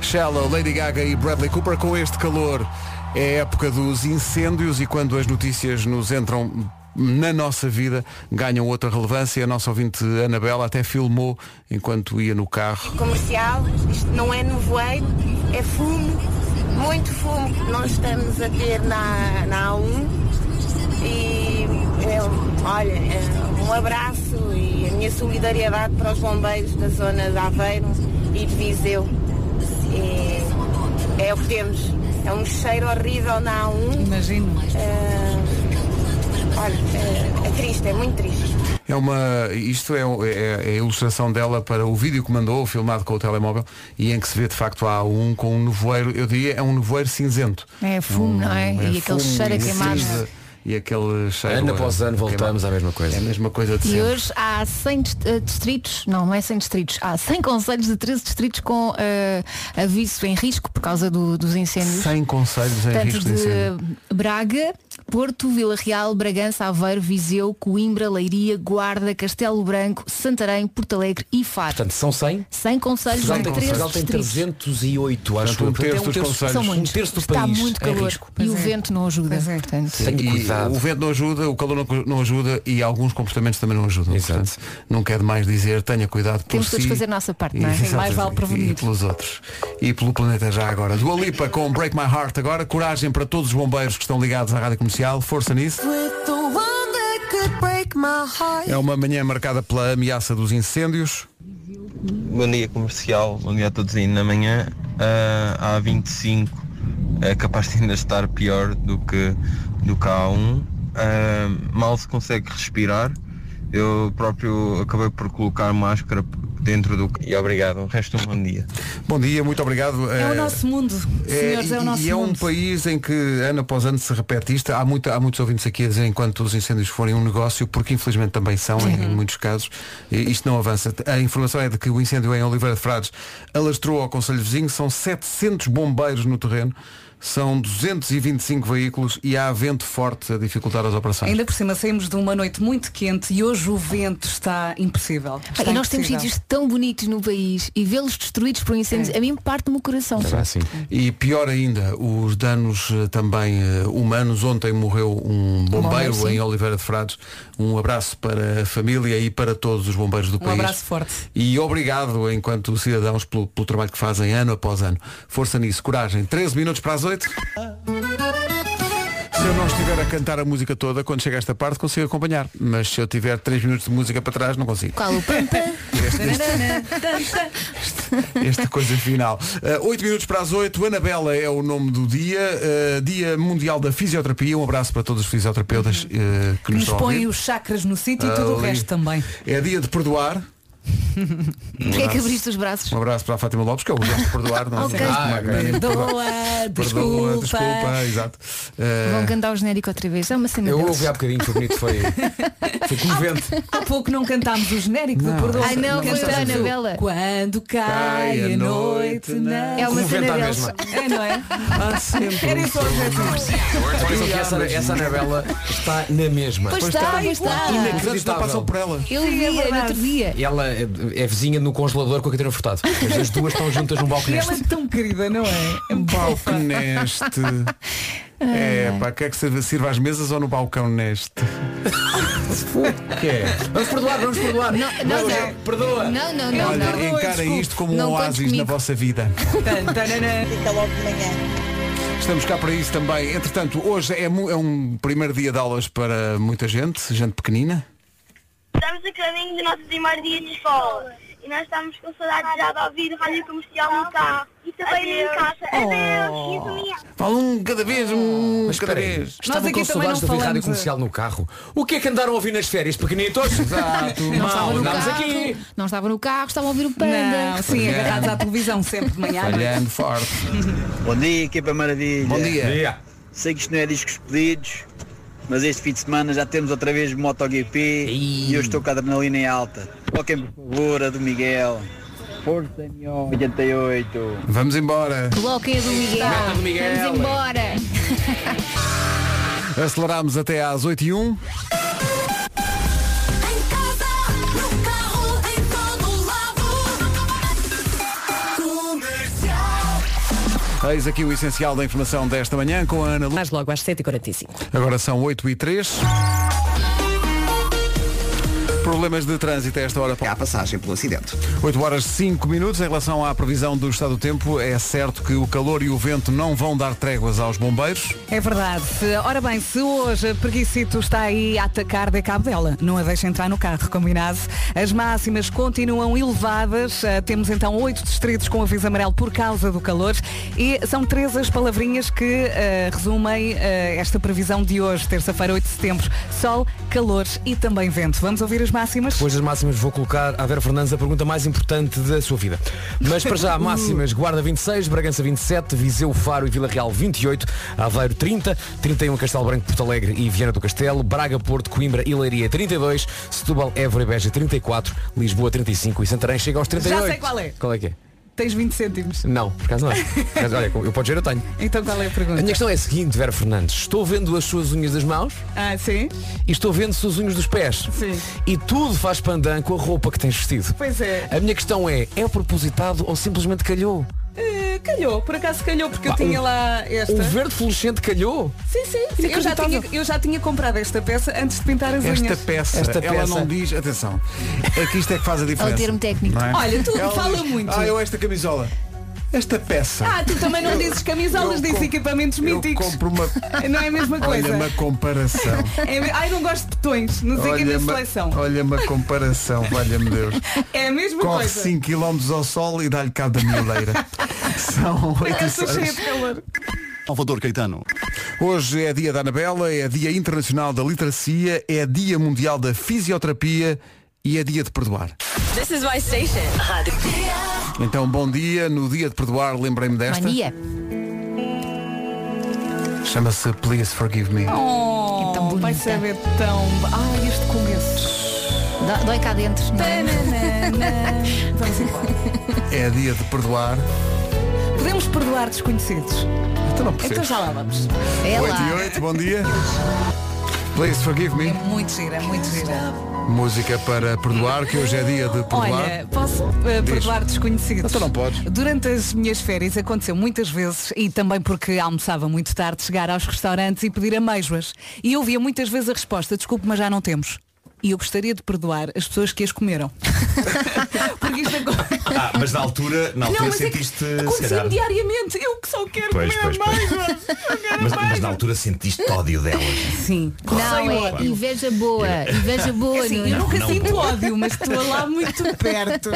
S1: Shallow, Lady Gaga e Bradley Cooper. Com este calor é a época dos incêndios e quando as notícias nos entram na nossa vida ganham outra relevância. A nossa ouvinte Anabela até filmou enquanto ia no carro.
S8: comercial, isto não é nevoeiro, é fumo, muito fumo que nós estamos a ter na, na A1 e eu, olha, eh, um abraço e a minha solidariedade para os bombeiros da zona de Aveiro e de Viseu. E é o que temos. É um cheiro horrível na A1.
S4: Imagino.
S8: eh, olha, eh, é triste, é muito triste.
S1: É uma, isto é, um- é- é a ilustração dela para o vídeo que mandou, filmado com o telemóvel, e em que se vê de facto a um com um nevoeiro, eu diria, é um nevoeiro cinzento. Um
S6: É fumo, não é? e aquele
S1: fumo,
S6: cheiro a
S1: e
S6: queimado.
S1: cinza, E aquele cheiro.
S7: Ano
S1: a-
S7: após
S1: a
S7: ano
S1: queimado.
S7: voltamos à mesma coisa.
S1: É a mesma coisa de
S6: E
S1: sempre.
S6: hoje há 100 dist- eh, distritos, não, não é 100 distritos, há 100 conselhos de 13 distritos com eh, aviso em risco por causa do- dos incêndios.
S1: Sem conselhos em
S6: Tanto
S1: risco de
S6: de
S1: incêndio.
S6: Braga, Porto, Vila Real, Bragança, Aveiro, Viseu, Coimbra, Leiria, Guarda, Castelo Branco, Santarém, Porto Alegre e Faro.
S7: Portanto, são 100.
S6: Sem conselhos
S7: Portugal
S6: em
S7: tem,
S6: 13
S7: Portugal tem
S6: distritos.
S7: 308, acho
S1: Portanto, um
S7: eu. Portanto, é
S1: terço dos concelhos.
S6: São
S1: São
S7: um
S6: muitos.
S7: terço do
S6: Está
S7: país
S6: muito
S7: em
S6: calor.
S7: risco.
S6: E
S4: Pois
S6: o
S4: é.
S6: vento não ajuda.
S4: Pois é.
S6: Portanto,
S7: Tenho
S1: E
S7: cuidado.
S1: o vento não ajuda, o calor não, não ajuda e alguns comportamentos também não ajudam.
S7: Exato.
S1: Portanto, não quer demais dizer, tenha cuidado por
S6: Temos
S1: si.
S6: todos de fazer a nossa parte,
S1: e-
S6: não é? Sim,
S1: exato,
S4: mais vale
S1: e-
S4: prevenir.
S1: E pelos outros. E pelo planeta já agora. Dua Lipa com Break My Heart agora. Coragem para todos os bombeiros que estão ligados à rádio comercial. Força nisso. É uma manhã marcada pela ameaça dos incêndios.
S9: Bom dia comercial, bom dia a todos aí na manhã. Ah, a A25 é capaz de ainda estar pior do que, do que a A1. Ah, mal se consegue respirar. Eu próprio acabei por colocar máscara dentro do. E obrigado, o resto de um bom dia.
S1: Bom dia, muito obrigado.
S4: É o
S1: Eh,
S4: nosso mundo, senhores,
S1: e,
S4: é o nosso
S1: e é um
S4: mundo.
S1: país em que ano após ano se repete isto. Há, muita- há muitos ouvintes aqui a dizer enquanto os incêndios forem um negócio, porque infelizmente também são em, em muitos casos. E Isto não avança. A informação é de que o incêndio em Oliveira de Frades alastrou ao Conselho Vizinho. São 700 bombeiros no terreno. São 225 veículos e há vento forte a dificultar as operações.
S4: Ainda por cima saímos de uma noite muito quente e hoje o vento está impossível.
S6: Pá,
S4: Está
S6: e nós temos
S4: impossível.
S6: sítios tão bonitos no país e vê-los destruídos por incêndios, a mim parte-me o coração.
S7: assim.
S1: E pior ainda, os danos eh, também eh, humanos. Ontem morreu um bombeiro
S6: sim.
S1: em Oliveira de Frades. Um abraço para a família e para todos os bombeiros do
S4: Um
S1: país.
S4: abraço forte.
S1: E obrigado, enquanto cidadãos, pelo, pelo trabalho que fazem ano após ano. Força nisso, coragem. 13 minutos para as 8. Se eu não estiver a cantar a música toda, quando chega a esta parte consigo acompanhar. Mas se eu tiver 3 minutos de música para trás, não consigo.
S6: Qual o pampa?
S1: Esta coisa final. 8 minutos para as 8, Anabela é o nome do dia. Eh, dia Mundial da Fisioterapia. Um abraço para todos os fisioterapeutas eh, que
S4: Que
S1: nos
S4: nos
S1: estão a
S4: põe
S1: ouvir. Ah,
S4: os chakras no sítio e tudo o
S1: Ali.
S4: resto também.
S1: É dia de perdoar.
S6: Porquê é que abriste os braços?
S1: Um abraço para a Fátima Lopes, que é o gesto de perdoar, não é?
S6: Ok.
S1: Ah, magnânimo.
S4: Perdoa,
S1: Perdoa,
S4: desculpa.
S1: desculpa, exato. Eh,
S6: Vão cantar o genérico outra vez. É uma cena
S7: É. Eu
S6: deles.
S7: ouvi há bocadinho que o bonito foi, foi comovente.
S4: Há pouco não cantámos o genérico do Perdoa.
S6: Ai não, foi da
S4: Cantámos o-
S6: Anabela.
S4: Quando
S1: Cai
S4: cai a noite na...
S6: É uma
S7: Convento
S6: cena
S7: à
S6: deles.
S7: mesma.
S4: É, não é?
S1: há sempre
S4: Era
S1: um
S4: isso o objetivo. é
S7: E essa, essa Anabela está na mesma.
S6: Pois está, pois está.
S7: é
S1: Os outros não passam por ela.
S6: Eu vi no outro dia.
S7: E Ela é, é vizinha no congelador com a Catarina Furtado. Mas As duas estão juntas num
S4: E
S7: balconete.
S4: ela é tão querida, não é?
S1: Balcão um neste. É, pá, quer que sirva- sirva às mesas ou no balcão neste? que é?
S7: Vamos perdoar, vamos perdoar.
S6: Não, não, não.
S7: Perdoa.
S6: Não, não, não,
S1: Olha,
S6: não.
S1: encara isto como um
S6: Não conte
S1: oásis na
S6: comigo.
S1: vossa vida.
S4: Tan, tananã.
S1: Estamos cá para isso também. Entretanto, hoje é, mu- é um primeiro dia de aulas para muita gente, gente pequenina.
S10: Estamos a caminho do nosso primeiro dia de escola e nós estamos com saudades já de ouvir rádio comercial no carro e também em casa.
S1: Oh.
S10: Adeus!
S1: Fala um cada vez,
S6: Ah,
S1: um cada vez.
S7: Estavam
S4: aqui também não
S7: com saudades de ouvir rádio
S4: falamos,
S7: comercial no carro. O que é que andaram a ouvir nas férias, pequenitos? Exato.
S6: Não estava
S7: Mal,
S6: no
S7: andámos
S6: carro.
S7: aqui.
S6: Não estava no carro, estavam a ouvir o panda.
S4: Não, sim,
S1: Olhando.
S4: agarrados à televisão sempre de manhã. à noite.
S1: Olhando forte.
S9: Bom dia, equipa maravilha.
S1: Bom
S7: É.
S1: dia.
S9: Sei que isto não é discos pedidos, mas este fim de semana já temos outra vez MotoGP
S7: Ei.
S9: e eu estou com a adrenalina em alta. Toquem por favor a do Miguel. Força Mion 88.
S1: Vamos embora.
S6: Coloquem a do Miguel.
S7: Meta do Miguel.
S6: Vamos embora.
S1: Aceleramos até às 8 e 1.
S2: Em casa, no carro, em todo lado. Comercial.
S1: Eis aqui o essencial da informação desta manhã com a Ana Lu.
S11: Mais logo às 7h45.
S1: Agora são 8 e 3. Problemas de trânsito a esta hora. Há
S5: É passagem pelo acidente.
S1: 8 horas 5 minutos. Em relação à previsão do estado do tempo, é certo que o calor e o vento não vão dar tréguas aos bombeiros.
S4: É verdade. Ora bem, se hoje a preguicito está aí a atacar, dê cabo dela. Não a deixa entrar no carro, combinado? As máximas continuam elevadas. Ah, Temos então oito distritos com aviso amarelo por causa do calor. E são três as palavrinhas que ah, resumem ah, esta previsão de hoje, terça-feira, 8 de setembro. Sol, calor e também vento. Vamos ouvir as máximas?
S7: Depois das máximas vou colocar à Vera Fernandes a pergunta mais importante da sua vida. Mas para já, máximas Guarda 26, Bragança 27, Viseu, Faro e Vila Real 28, Aveiro 30, 31 Castelo Branco, Porto Alegre e Viana do Castelo, Braga, Porto, Coimbra e Leiria 32, Setúbal, Évora e Beja 34, Lisboa 35 e Santarém chega aos 38.
S4: Já sei qual é.
S7: Qual é que é?
S4: Tens 20 cêntimos.
S7: Não, por acaso não é. Por acaso, olha, eu posso dizer, eu tenho.
S4: Então qual é a
S7: A
S4: pergunta?
S7: minha questão é a seguinte, Vera Fernandes. Estou vendo as suas unhas das mãos
S4: Ah, sim?
S7: e estou vendo se os unhos dos pés.
S4: Sim.
S7: E tudo faz pandan com a roupa que tens vestido.
S4: Pois é.
S7: A minha questão é, é propositado ou simplesmente calhou?
S4: Eh, calhou, por acaso calhou, porque eu
S7: Pá,
S4: tinha
S7: um-
S4: lá esta.
S7: O verde fluorescente calhou?
S4: Sim, sim, sim. Eu, já
S7: Inacreditável.
S4: tinha, eu já tinha comprado esta peça antes de pintar as
S1: Esta
S4: unhas.
S1: peça,
S7: Esta
S1: ela
S7: peça.
S1: não diz, atenção, é que isto é que faz a diferença.
S6: termo técnico.
S1: não é?
S4: Olha, tu
S1: Ela
S4: fala
S1: diz,
S4: muito.
S1: Ah, eu esta camisola. Esta peça.
S4: Ah, tu também não dizes camisolas,
S1: eu
S4: dizes
S1: com-
S4: equipamentos
S1: eu
S4: míticos.
S1: compro uma.
S4: Não é a mesma
S1: Olha
S4: coisa.
S1: uma comparação.
S4: É me- Ai, não gosto de botões, não sei quem da
S1: uma,
S4: seleção.
S1: olha uma comparação, valha-me Deus.
S4: É a mesma
S1: Corre
S4: coisa.
S1: 5 km ao sol e dá-lhe cabo da mileira. São 8
S4: Eu
S1: e
S4: sou cheia
S1: 6.
S4: de calor.
S12: Salvador Caetano.
S1: Hoje é dia da Anabela, é dia internacional da literacia, é dia mundial da fisioterapia e é dia de perdoar.
S3: This is my station. Rádio.
S1: Então, bom dia. No dia de perdoar, lembrei-me desta.
S6: Mania.
S1: Chama-se Please Forgive Me.
S4: Oh,
S6: tão bonita.
S4: vai saber tão. Ai, este começo. um
S6: Dó- Dói cá dentro. não é?
S4: Tananana. Vamos embora.
S1: É dia de perdoar.
S4: Podemos perdoar desconhecidos.
S1: Então não
S4: Então
S1: percebes.
S4: já lá vamos.
S6: É
S1: 8 e
S6: lá.
S1: 8, bom dia. Please Forgive Me.
S4: É Muito gira, muito gira.
S1: Música para perdoar, que hoje é dia de perdoar.
S4: Olha, posso eh, perdoar desconhecidos?
S1: Então não podes.
S4: Durante as minhas férias aconteceu muitas vezes, e também porque almoçava muito tarde, chegar aos restaurantes e pedir ameijoas. E eu ouvia muitas vezes a resposta, desculpe, mas já não temos. E eu gostaria de perdoar as pessoas que as comeram. porque isto acontece.
S13: Ah, mas na altura, na altura
S4: mas é que
S13: sentiste. se
S4: acontecia
S13: calhar,
S4: diariamente. Eu que só quero
S13: Pois,
S4: comer
S13: pois, pois.
S4: ameijoas. Eu quero
S13: mas, mas
S4: ameijoas.
S13: na altura sentiste ódio delas.
S4: Sim.
S6: Não,
S4: Sei
S6: é inveja boa. Inveja boa,
S4: É assim,
S6: não é?
S4: eu nunca
S13: não,
S4: sinto
S13: pô.
S4: ódio, mas estou lá muito perto.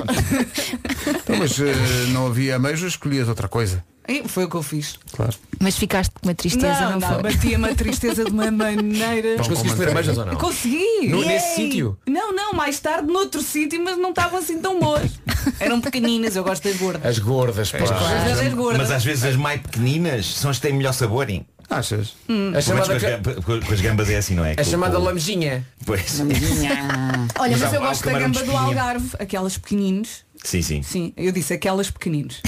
S1: Então, mas eh, não havia ameijo, escolhias outra coisa.
S4: E Foi o que eu fiz.
S1: Claro.
S6: Mas ficaste com uma tristeza, não, foi?
S4: batia-me a tristeza de uma maneira.
S7: Mas conseguiste ver
S1: manteiga.
S7: ameijas ou não?
S4: Consegui!
S7: No-
S4: Yay!
S7: nesse sítio?
S4: Não, não, mais tarde noutro sítio, mas não estavam assim tão boas. Eram pequeninas, eu gosto de gordas.
S7: As gordas, pá.
S4: Mas as gordas.
S13: Mas às vezes as mais pequeninas são as que têm melhor sabor. Hein?
S1: Achas?
S4: Hum.
S7: A
S13: Pelo menos
S7: chamada, ca-
S13: com, as, gam- com as gambas é assim, não é?
S7: a
S13: Com-
S7: chamada
S13: com-
S7: lamezinha.
S13: Pois.
S4: Olha, mas,
S13: mas há-
S4: eu
S13: há o
S4: gosto da
S13: camarão
S4: gamba
S13: de
S4: do
S13: espinha.
S4: Algarve, aquelas pequeninas.
S13: Sim, sim.
S4: Sim, eu disse aquelas pequeninas.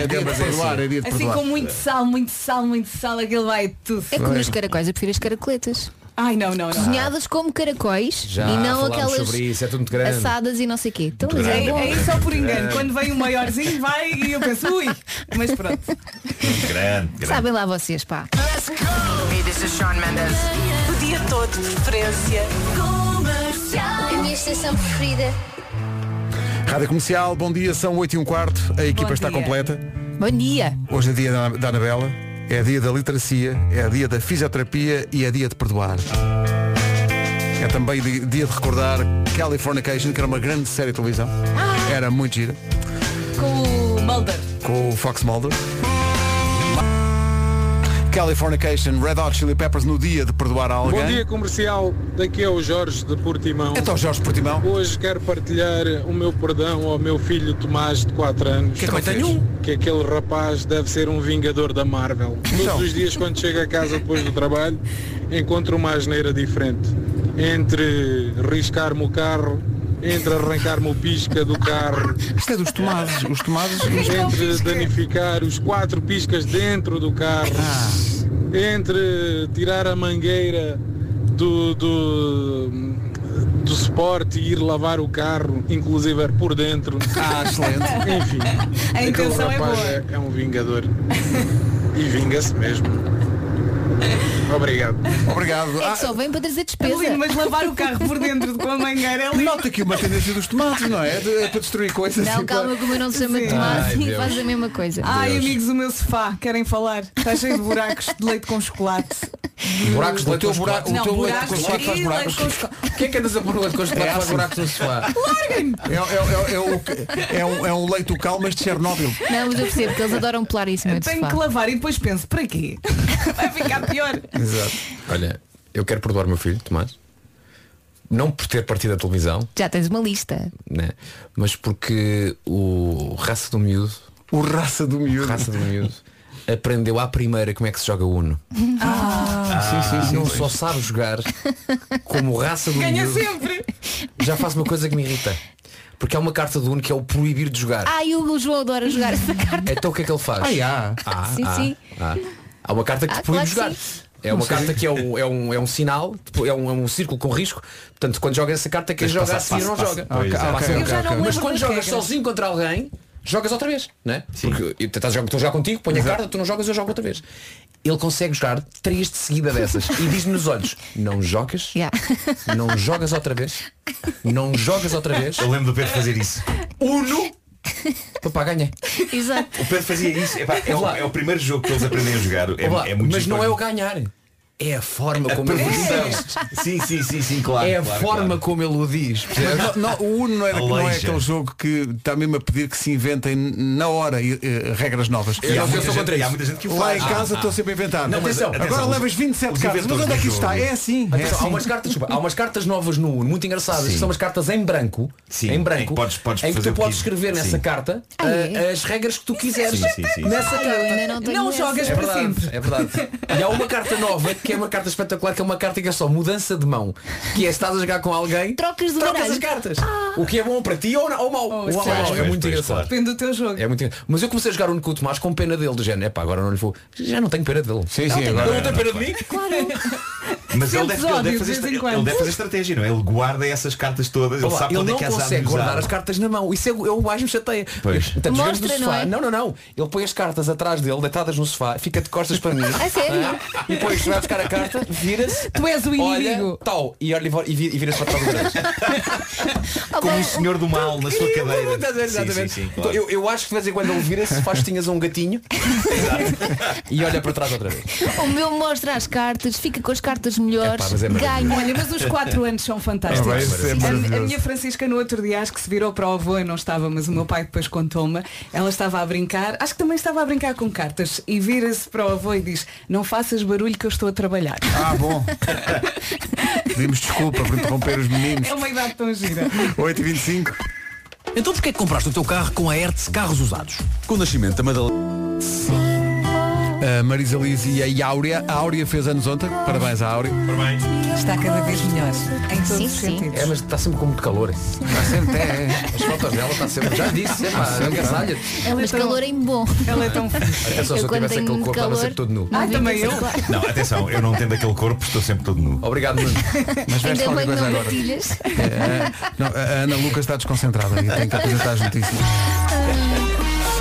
S1: É dia de perdoar, é dia de
S4: Assim
S1: perdoar.
S4: com muito sal, muito sal, muito sal, aquele vai tudo.
S6: É como nos caracóis, eu prefiro as caracoletas.
S4: Ai não, não, não.
S6: Cozinhadas como caracóis
S7: Ah. Já
S6: e não
S7: falámos
S6: aquelas
S7: sobre isso, é tudo muito grande.
S6: assadas e não sei o quê. Então, mas é
S4: É,
S6: bom.
S4: é só por engano. Quando vem o maiorzinho, vai e eu penso, ui, mas pronto. é
S13: Grande, grande.
S6: Sabem lá vocês, pá.
S3: Hey, this is Sean Mendes. O dia todo de preferência.
S2: Comercial.
S6: minha estação preferida.
S1: Rádio Comercial, bom dia, são 8 e um quarto, a equipa
S4: Bom
S1: está
S4: dia.
S1: completa.
S6: Bom dia.
S1: Hoje é dia da, da Anabela, é dia da literacia, é dia da fisioterapia e é dia de perdoar. É também di- dia de recordar Californication, que era uma grande série de televisão. Era muito gira,
S4: Ah! Com o Mulder.
S1: com o Fox Mulder. Californication, Red Hot Chili Peppers no dia de perdoar a alguém.
S14: Bom dia comercial, daqui é o Jorge de Portimão.
S1: Então Jorge Portimão.
S14: Hoje quero partilhar o meu perdão ao meu filho Tomás de 4 anos.
S1: Que também tenho um.
S14: Que aquele rapaz deve ser um vingador da Marvel.
S1: Então.
S14: Todos os dias quando chega a casa depois do trabalho, encontro uma asneira diferente. Entre riscar-me o carro, entre arrancar-me o pisca do carro,
S1: Isto é dos tomados, os tomados.
S14: entre danificar os quatro piscas dentro do carro,
S4: Ah.
S14: entre tirar a mangueira do, do, do Sport e ir lavar o carro, inclusive é por dentro.
S1: Ah, excelente.
S14: Enfim,
S4: A
S14: aquele
S4: intenção é
S14: rapaz
S4: boa.
S14: é, é um vingador. E vinga-se mesmo. Obrigado.
S1: Obrigado. Ah,
S6: É que só vem para trazer despesa.
S4: Ah, Lindo, mas lavar o carro por dentro com a mangueira é lindo.
S1: Nota aqui uma tendência dos tomates, não é? De- é para destruir coisas.
S6: Não,
S1: assim,
S6: calma,
S1: claro.
S6: como eu não se chama
S4: Sim. Ah.
S6: Tomás,
S1: Ai,
S6: sim,
S1: Deus.
S6: faz a mesma coisa.
S4: Ai, amigos, o meu sofá, querem falar? Está cheio de buracos de leite com chocolate.
S1: Buracos de
S7: O
S1: leite
S7: teu
S1: com
S7: buraco-
S1: chocolate.
S4: Não,
S7: teu leite
S4: buracos
S7: com chocolate faz
S4: e
S7: então buracos.
S4: leite com chocolate.
S7: Quem é que andas a pôr o leite com chocolate
S1: É
S7: faz
S1: assim.
S7: buracos no sofá?
S4: Larguem-me!
S1: É, é, é, é, o que- é um, é um leito calmo, mas de Chernobyl.
S6: Não, mas eu percebo que eles adoram pular isso muito.
S4: Tenho que lavar e depois penso, para quê? Vai ficar pior.
S1: Exato.
S7: Olha, eu quero perdoar o meu filho, Tomás. Não por ter partido da televisão,
S6: Já tens uma lista.
S7: né? mas porque o raça do miúdo,
S1: O raça do miúdo.
S7: raça do miúdo, aprendeu à primeira como é que se joga Uno.
S4: Ah.
S1: Sim, sim, sim.
S7: não só sabe jogar como raça do
S4: Ganha
S7: miúdo.
S4: sempre.
S7: Já faço uma coisa que me irrita. Porque há uma carta do Uno que é o proibir de jogar.
S6: Ai, o João adora jogar essa carta.
S7: Então o que é que ele faz?
S1: Ah, já.
S7: Ah,
S6: Sim,
S7: ah,
S6: sim.
S7: ah. Há uma carta que
S6: Ah,
S7: te proíbe
S6: claro
S7: jogar.
S6: que
S7: É uma carta que é um, é, um, é um sinal, é um, é um círculo com risco. Portanto, quando joga essa carta, quem
S13: Tens de
S7: joga
S13: passar,
S7: a seguir
S13: passa,
S7: não
S13: passa.
S7: joga.
S13: Pois, é.
S7: Ah,
S13: ok,
S7: passa,
S13: ok,
S7: ok,
S4: já não
S7: ok. Mas
S4: lembro
S7: quando
S4: da
S7: jogas
S4: regra.
S7: sozinho contra alguém, jogas outra vez. Né?
S13: Sim.
S7: Porque eu estás a jogar- estou a jogar contigo, ponho a carta, tu não jogas, eu jogo outra vez. Ele consegue jogar três de seguida dessas e diz-me nos olhos, não jogas,
S6: Yeah.
S7: não jogas outra vez, não jogas outra vez,
S13: Eu lembro do Pedro fazer isso.
S7: Uno, papá ganha.
S6: Exato.
S13: O Pedro fazia isso. Epá, é, o,
S7: Olá.
S13: é o primeiro jogo que eles aprendem a jogar. É,
S7: Olá,
S13: é muito
S7: mas
S13: giro,
S7: não é o ganhar. É a forma como ele diz.
S13: Sim, sim, sim, sim, claro.
S7: É a
S13: claro,
S7: forma
S13: claro.
S7: como ele o diz.
S1: Mas
S7: percebes?
S1: não- não, o Uno não é, não é
S13: Aleija.
S1: aquele jogo que está mesmo a pedir que se inventem na hora e, eh, regras novas.
S13: E
S7: Eu não sei,
S13: há,
S7: eu
S13: muita
S7: sou contra
S13: gente, e há
S7: isso.
S13: muita gente que o
S1: Lá
S13: faz.
S1: em casa estou sempre a inventar.
S7: Não, mas atenção,
S1: agora
S13: os-
S1: levas 27
S13: os
S1: cartas. Mas
S13: inventores
S1: onde é que
S13: do
S1: isto está?
S13: jogo.
S1: É assim. é
S7: Atenção, há,
S1: assim.
S7: umas cartas, desculpa, há umas cartas novas no Uno, muito engraçadas, que
S13: Sim.
S7: são umas cartas em branco,
S13: Sim,
S7: em
S13: em
S7: branco,
S13: que podes- podes
S7: em que
S13: fazer
S7: tu
S13: o que
S7: podes
S13: quiser.
S7: escrever nessa
S13: Sim.
S7: carta
S6: Ah, é?
S7: ah, as regras que tu quiseres
S13: Sim, sim, sim, sim.
S7: nessa
S6: Eu
S7: carta.
S6: ainda não tenho
S4: Não
S6: essa.
S4: jogas
S7: É
S4: para
S7: verdade,
S4: sempre.
S7: é verdade. E há uma carta nova que é uma carta espetacular, que é uma carta que é só mudança de mão, que é se estás a jogar com alguém,
S6: Trocas de
S7: trocas
S6: baralho.
S7: as cartas. O que é bom para ti ou, não- ou mau. Ou
S4: sim.
S7: mau.
S13: Pois,
S7: É
S13: pois,
S7: muito
S13: pois,
S7: engraçado.
S13: claro.
S4: Depende do teu jogo.
S7: É muito engraçado. Mas eu comecei a jogar o com o Tomás com pena dele, do género. Epá, agora não lhe vou. Já não tenho pena dele.
S1: Sim, sim,
S7: Ele
S1: agora.
S7: não tem pena de mim?
S13: Mas ele
S4: Sentes
S13: deve, ele,
S4: ódio de
S13: deve fazer,
S4: vez em
S13: estra- ele-
S4: quando.
S13: ele deve fazer estratégia, não é? Ele guarda essas cartas todas, ele
S7: Olá,
S13: sabe
S7: ele
S13: onde
S7: não
S13: é que as há de
S7: consegue
S13: usar.
S7: guardar as cartas na mão. Isso é eu mais me chateia.
S13: Pois.
S7: Portanto, jogamos no
S6: Mostra,
S7: sofá.
S6: não é?
S7: Não, não, não. Ele põe as cartas atrás dele, deitadas no sofá, fica de costas para mim.
S6: A sério?
S7: E depois vai buscar a carta, vira-se.
S4: Tu és o
S7: Olha,
S4: inimigo.
S7: tal, e, olha, e vo- e vi- e vira-se para trás outra vez.
S6: Ah,
S13: Como
S6: bom,
S13: o senhor do mal na sua cadeira.
S7: Estás a ver? Exatamente.
S13: Sim, sim, sim,
S7: Então,
S13: claro.
S7: eu, eu acho que de vez em quando ele vira-se, faz tinhas a um gatinho e olha para trás outra vez.
S6: O meu mostra as cartas, fica com as cartas melhores,
S7: Epá, mas é maravilhoso.
S6: ganha.
S4: Olha, mas os quatro anos são fantásticos.
S1: Ah, isso é
S4: A- a,
S1: maravilhoso.
S4: minha Francisca no outro dia acho que se virou para o avô, eu não estava, mas o meu pai depois contou-me, ela estava a brincar, acho que também estava a brincar com cartas e vira-se para o avô e diz, não faças barulho que eu estou a trabalhar.
S1: Ah, bom. Pedimos desculpa por interromper os meninos.
S4: É uma idade tão gira.
S1: 8h25.
S11: Então porquê é que compraste o teu carro com a Hertz Carros Usados? Com o nascimento da Madalena.
S1: A Marisa Liz e a Áurea. A Áurea fez anos ontem. Parabéns à Áurea.
S13: Parabéns.
S4: Está cada vez melhor. Em todos
S6: Sim,
S4: os
S6: sim.
S4: sentidos.
S7: É, mas está sempre com muito calor.
S1: Está sempre é,
S7: As fotos dela está sempre. Já disse, é pá, agasalha-te.
S4: Ela é
S6: Mas então-
S4: tão-
S6: calor em bom.
S4: Ela é tão fixe.
S7: Atenção, se tá. eu
S6: quando
S7: tivesse
S6: tenho
S7: aquele corpo, estava
S6: calor,
S7: sempre todo nu.
S6: não
S4: Ai,
S6: vim
S4: também
S6: com
S4: eu?
S6: essa claro.
S13: Não, atenção, eu não tendo aquele corpo, estou sempre todo nu.
S7: Obrigado, Nuno.
S1: Mas veste
S6: Ainda
S1: qualquer
S6: bem que
S1: coisa
S6: não
S1: agora.
S6: partilhas.
S1: É, não, a Ana Lucas está desconcentrada e tem que apresentar as notícias.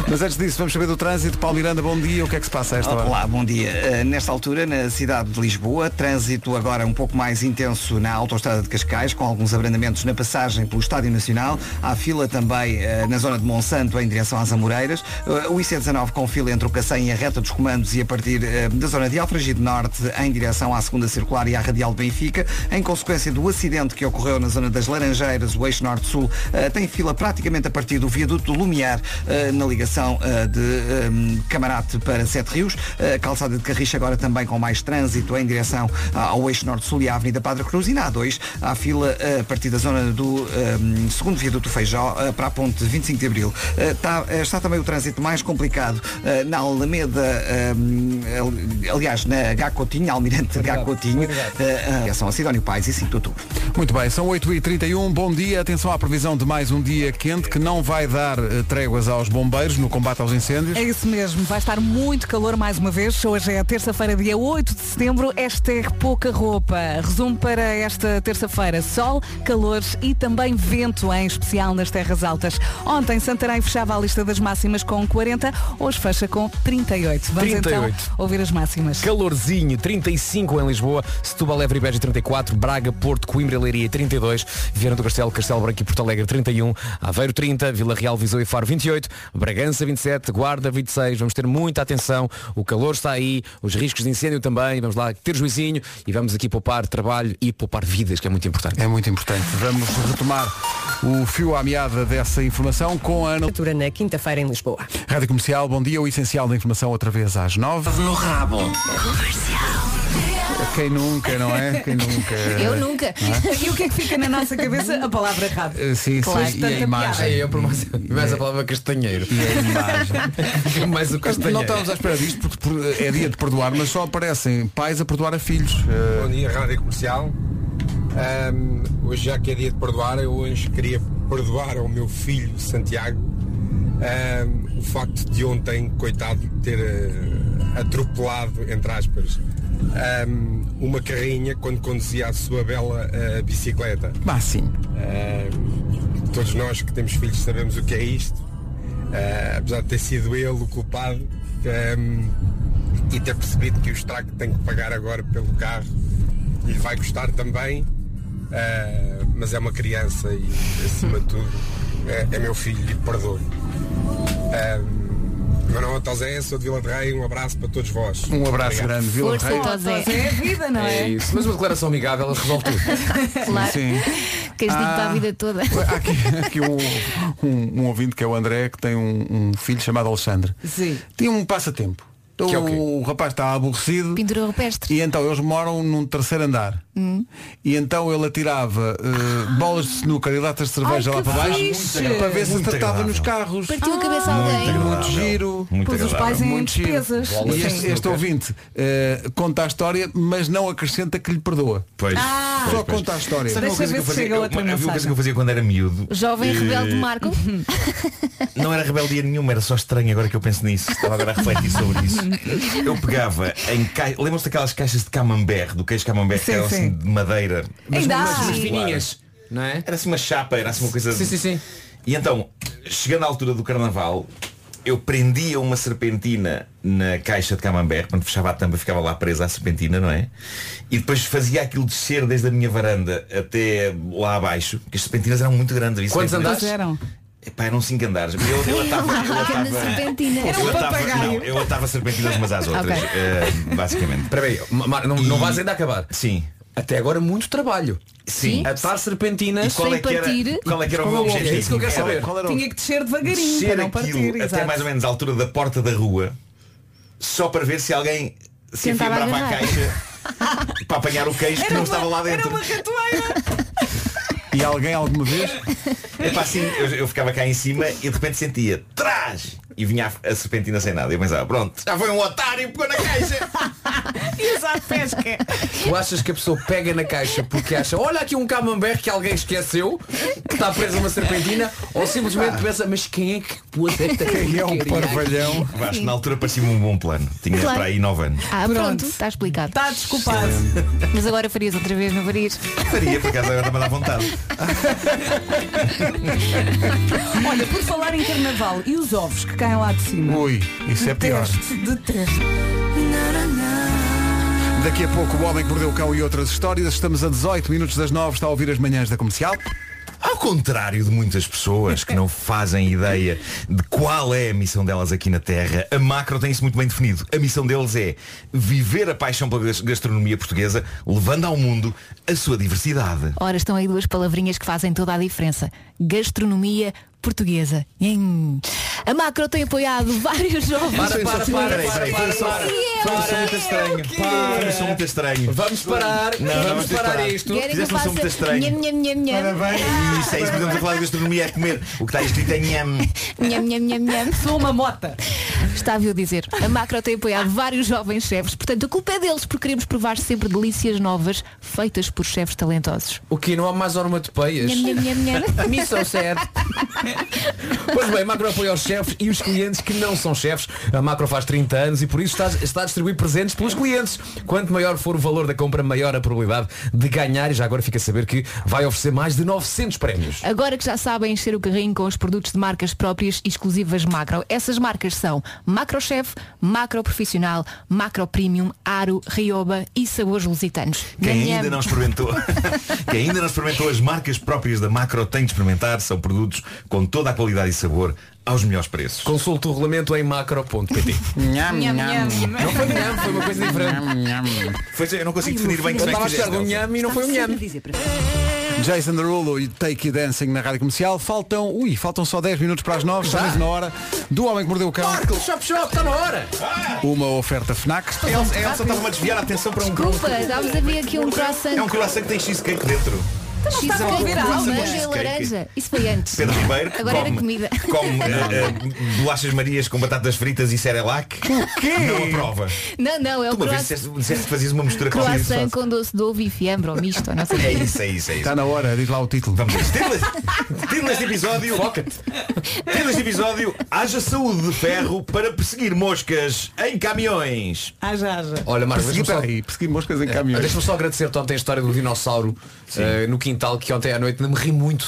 S1: Mas antes disso, vamos saber do trânsito. Paulo Miranda, bom dia. O que é que se passa a esta hora?
S5: Olá, bom dia. Eh, nesta altura, na cidade de Lisboa, trânsito agora um pouco mais intenso na Autostrada de Cascais, com alguns abrandamentos na passagem pelo Estádio Nacional. Há fila também eh, na zona de Monsanto, em direção às Amoreiras. Eh, o IC19 com fila entre o Cacém e a reta dos comandos e a partir eh, da zona de Alfragide Norte, em direção à segunda circular e à Radial de Benfica. Em consequência do acidente que ocorreu na zona das Laranjeiras, o eixo Norte-Sul eh, tem fila praticamente a partir do viaduto do Lumiar, eh, na ligação eh, de eh, Camarate para Sete Rios. Eh, calçada de Carricha agora também com mais trânsito em direção a- ao eixo Norte-Sul e à Avenida Padre Cruz. E na A2, há fila eh, a partir da zona do eh, segundo viaduto do Feijó eh, para a ponte 25 de Abril. Eh, tá- eh, está também o trânsito mais complicado eh, na Alameda, eh, ali- aliás, na Gacotinho, Almirante Gacotinho, eh, eh, são a Sidónio Pais e 5 de Outubro.
S1: Muito bem, são 8h31. Bom dia. Atenção à previsão de mais um dia quente que não vai dar eh, tréguas aos bombeiros no no combate aos incêndios.
S4: É isso mesmo, vai estar muito calor mais uma vez. Hoje é terça-feira, dia 8 de setembro. Hashtag pouca roupa. Resumo para esta terça-feira: sol, calores e também vento, em especial nas terras altas. Ontem Santarém fechava a lista das máximas com 40, hoje fecha com 38. Vamos
S7: 38.
S4: então ouvir as máximas.
S7: Calorzinho, 35 em Lisboa, Setúbal, Évora e Beja 34, Braga, Porto, Coimbra, e Leiria 32, Viana do Castelo, Castelo Branco e Porto Alegre 31, Aveiro 30, Vila Real, Viseu e Faro 28, Bragança 27, Guarda 26. Vamos ter muita atenção, o calor está aí, os riscos de incêndio também, vamos lá ter juizinho e vamos aqui poupar trabalho e poupar vidas, que é muito importante.
S1: É muito importante. Vamos retomar o fio à meada dessa informação com a Ana.
S12: na quinta-feira em Lisboa.
S1: Rádio Comercial, bom dia. O essencial da informação outra vez às nove.
S11: No rabo.
S1: Quem nunca, não é? Quem nunca.
S6: Eu nunca.
S7: Ah,
S1: Não é?
S4: E o que é que fica na nossa cabeça? A palavra rápido.
S1: Eh, Sim,
S4: Claro,
S1: sim. E a
S4: tanta
S1: imagem.
S4: piada.
S7: Eu, por mais, mais a palavra castanheiro.
S1: E a imagem.
S7: mais o castanheiro.
S1: Não estávamos à espera disto porque por- é dia de perdoar, mas só aparecem pais a perdoar a filhos. Eh,
S15: Bom dia, Rádio Comercial. Ahm, hoje, já que é dia de perdoar, eu hoje queria perdoar ao meu filho Santiago ahm, o facto de ontem, coitado, ter eh, atropelado, entre aspas, ahm, uma carrinha quando conduzia a sua bela eh, bicicleta.
S1: Mas sim.
S15: Ahm, todos nós que temos filhos sabemos o que é isto. Ah, apesar de ter sido ele o culpado ahm, e ter percebido que o estrago que tem que pagar agora pelo carro lhe vai custar também, ah, mas é uma criança e acima de tudo é, é meu filho e perdoe. Ahm, meu nome é Tozé, sou de Vila de Rei, um abraço para todos vós.
S1: Um abraço
S15: Obrigado.
S1: grande, Vila Força, Rei. Tozé.
S4: É a vida, não é?
S7: É isso. Mas uma declaração amigável ela resolve tudo.
S6: Claro.
S1: Sim.
S6: Castigo
S1: Ah.
S6: para a vida toda.
S7: ah,
S1: Há aqui, há aqui um, um, um ouvinte que é o André, que tem um, um filho chamado Alexandre.
S4: Sim.
S1: Tinha um passatempo. Então,
S6: Que é o
S1: o,
S6: quê?
S1: rapaz está aborrecido.
S6: Pintura rupestre.
S1: E então eles moram num terceiro andar.
S6: Hum.
S1: E então ele atirava eh, bolas de snooker e latas de cerveja
S6: Ai,
S1: lá
S6: que
S1: para baixo
S6: fixe.
S1: para ver se
S6: Muito
S1: tratava nos carros. Ah,
S6: Partiu a cabeça a
S7: Ah.
S6: alguém.
S1: É Muito giro.
S6: Muito Pôs os agradável. pais em
S1: Muito giro.
S6: despesas.
S1: E
S6: Sim.
S1: este, este ouvinte eh, conta a história, mas não acrescenta que lhe perdoa.
S13: Pois.
S1: Ah. Só conta a história.
S13: Sabe
S1: Deixa
S13: uma coisa que
S1: ver
S13: eu
S1: se
S13: fazia?
S1: chega
S13: Eu-
S1: outra
S13: uma- Havia uma coisa
S1: mensagem.
S13: que eu fazia quando era miúdo.
S6: Jovem
S13: Eh,
S6: rebelde Marco.
S13: Não era rebeldia nenhuma, era só estranho agora que eu penso nisso. Estava agora a refletir sobre isso. Eu pegava em ca... Lembram-se daquelas caixas de camembert, do queijo camembert que
S7: Sim,
S13: eram assim
S7: sim.
S13: de madeira.
S7: Ainda
S4: Ah,
S7: há.
S13: mas
S7: Sim.
S13: fininhas,
S7: não é?
S13: Era assim uma chapa, era assim uma coisa.
S7: Sim, sim, sim.
S13: E então, chegando à altura do carnaval, eu prendia uma serpentina na caixa de camembert, quando fechava a tampa ficava lá presa a serpentina, não é? E depois fazia aquilo descer desde a minha varanda até lá abaixo, que as serpentinas eram muito grandes. havia
S7: Quantos
S13: serpentinas-
S7: andares? eram?
S13: Epá, eram 5 andares. Eu, eu atava,
S6: Ah, é
S13: eu atava,
S7: serpentina. Era um
S13: eu atava-
S7: papagaio.
S13: não, eu atava serpentinas umas às outras,
S7: Ok.
S13: eh, basicamente.
S7: Espera aí, Mar, não, não vais ainda acabar.
S13: Sim.
S7: Até agora muito trabalho.
S13: Sim.
S7: A tar serpentinas.
S13: E qual é Sem que era- partir. qual é que era o meu
S7: Qual é
S13: objetivo?
S7: É isso que eu quero
S13: Qual-
S7: saber.
S13: qual era o-
S4: Tinha que descer devagarinho
S13: Descer
S4: para não
S13: aquilo
S4: partir.
S13: até
S4: exato.
S13: mais ou menos à altura da porta da rua, só para ver se alguém
S7: é
S13: se
S4: Tentava
S13: afibrava a
S4: agarrar.
S13: caixa para apanhar o queijo que
S4: Era
S13: não
S4: uma-
S13: estava lá dentro.
S1: E alguém alguma vez?
S13: Epá, assim, eu, eu ficava cá em cima e de repente sentia trás e vinha a, a serpentina sem nada. Eu pensava, pronto, já foi um otário, pegou na caixa.
S2: E usar pesca.
S7: Tu achas que a pessoa pega na caixa porque acha, olha aqui um camembert que alguém esqueceu, que está preso a uma serpentina, ou
S13: Ah.
S7: simplesmente pensa, mas quem é que pôs esta
S1: é um
S7: porcaria aqui?"
S13: Vasco, na altura parecia-me um bom plano. Tinha
S6: Claro.
S13: para aí 9 anos.
S6: Ah, pronto, está explicado.
S4: Tá,
S6: Está
S4: desculpado.
S6: Mas agora farias outra vez, não farias?
S13: Faria, por acaso agora estava à vontade.
S4: Olha, por falar em carnaval e os ovos que caem lá de cima.
S1: Ui, isso é pior.
S4: Detesto, detesto.
S1: Daqui a pouco o Homem que Mordeu o Cão e outras histórias. Estamos a 18 minutos das 9, está a ouvir as manhãs da comercial.
S13: Ao contrário de muitas pessoas que não fazem ideia de qual é a missão delas aqui na Terra, a Macro tem isso muito bem definido. A missão deles é viver a paixão pela gas- gastronomia portuguesa, levando ao mundo a sua diversidade.
S6: Ora, estão aí duas palavrinhas que fazem toda a diferença. Gastronomia portuguesa. Hum. A Macro tem apoiado vários jovens.
S13: Para, para, para, para, para, para.
S6: E eu,
S13: Foi muito estranho. Foi isso muito estranho.
S7: Vamos parar.
S13: Não,
S7: Vamos
S13: vamos ter
S7: parar
S13: parado.
S7: isto.
S6: Querem que eu
S13: Fizeste um som muito
S6: faça
S13: estranho.
S6: nham, nham, nham, nham. Ah.
S13: Isso é isso, podemos falar de gastronomia a comer. O que está escrito é nham.
S6: Nham, nham, nham, nham.
S4: Sou uma mota.
S6: Está a ver dizer. A Macro tem apoiado vários jovens chefes. Portanto, a culpa é deles porque queremos provar sempre delícias novas feitas por chefes talentosos.
S7: O que não há mais orma de peias?
S6: Nham, nham, nham, nham.
S7: Missão certa. Pois bem, a Macro apoia os chefes e os clientes que não são chefes. A Macro faz 30 anos e por isso está, está a distribuir presentes pelos clientes. Quanto maior for o valor da compra, maior a probabilidade de ganhar. E já agora fica a saber que vai oferecer mais de 900 prémios.
S6: Agora que já sabem encher o carrinho com os produtos de marcas próprias e exclusivas macro, essas marcas são Macrochef, Macro Profissional, Macro Premium, Aro, Rioba e Sabores Lusitanos.
S13: Quem
S6: Nham,
S13: ainda
S6: nham.
S13: não experimentou, quem ainda não experimentou as marcas próprias da Macro tem de experimentar. São produtos com toda a qualidade e sabor aos melhores preços.
S7: Consulte o regulamento em macro.pt.
S4: Nham, nham.
S7: Não foi nham, foi uma coisa diferente.
S13: Pois é, eu não consigo definir bem
S7: Eu
S13: como é
S7: estava
S13: que
S7: a chegar
S13: fizeste.
S7: de um nham e não foi um nham.
S1: Jason Derulo e Take You Dancing na Rádio Comercial. Faltam, ui, faltam só 10 minutos para as 9, está mesmo na hora do Homem que Mordeu o Cão.
S7: Marco, shop, shop, está na hora.
S1: Uma oferta FNAC.
S13: Ah, A Elsa, a Elsa estava a desviar a atenção para um
S6: Desculpa, estávamos a ver aqui um croissant.
S13: É um croissant que tem cheesecake dentro.
S6: X
S4: estava a ouvir
S6: com
S4: algo.
S6: manga e laranja. Isso foi antes.
S13: Pedro Ribeiro que
S6: Agora era
S13: come-
S6: comida.
S13: Como eh, eh, bolachas marias com batatas fritas e cerelac. O
S6: quê?
S13: Não aprova.
S6: Não, não, é
S13: Tu
S6: o
S13: uma vez
S6: croissant.
S13: disseste disseste que fazias uma mistura com
S6: Croissant com doce de ovo e fiambre ou misto, ou não sei.
S13: É isso, é isso, é
S7: Tá.
S13: isso.
S1: Está na hora, diz lá o título.
S13: Vamos a isso. Título título deste episódio. Título deste episódio. Haja saúde de ferro para perseguir moscas em caminhões.
S16: Haja, haja.
S7: Olha, Marco,
S1: Persegui,
S7: deixa-me só...
S1: peraí, persegui moscas em caminhões.
S7: Deixa-me só agradecer-te ontem a história do dinossauro eh, no quintal, que ontem à noite ainda me ri muito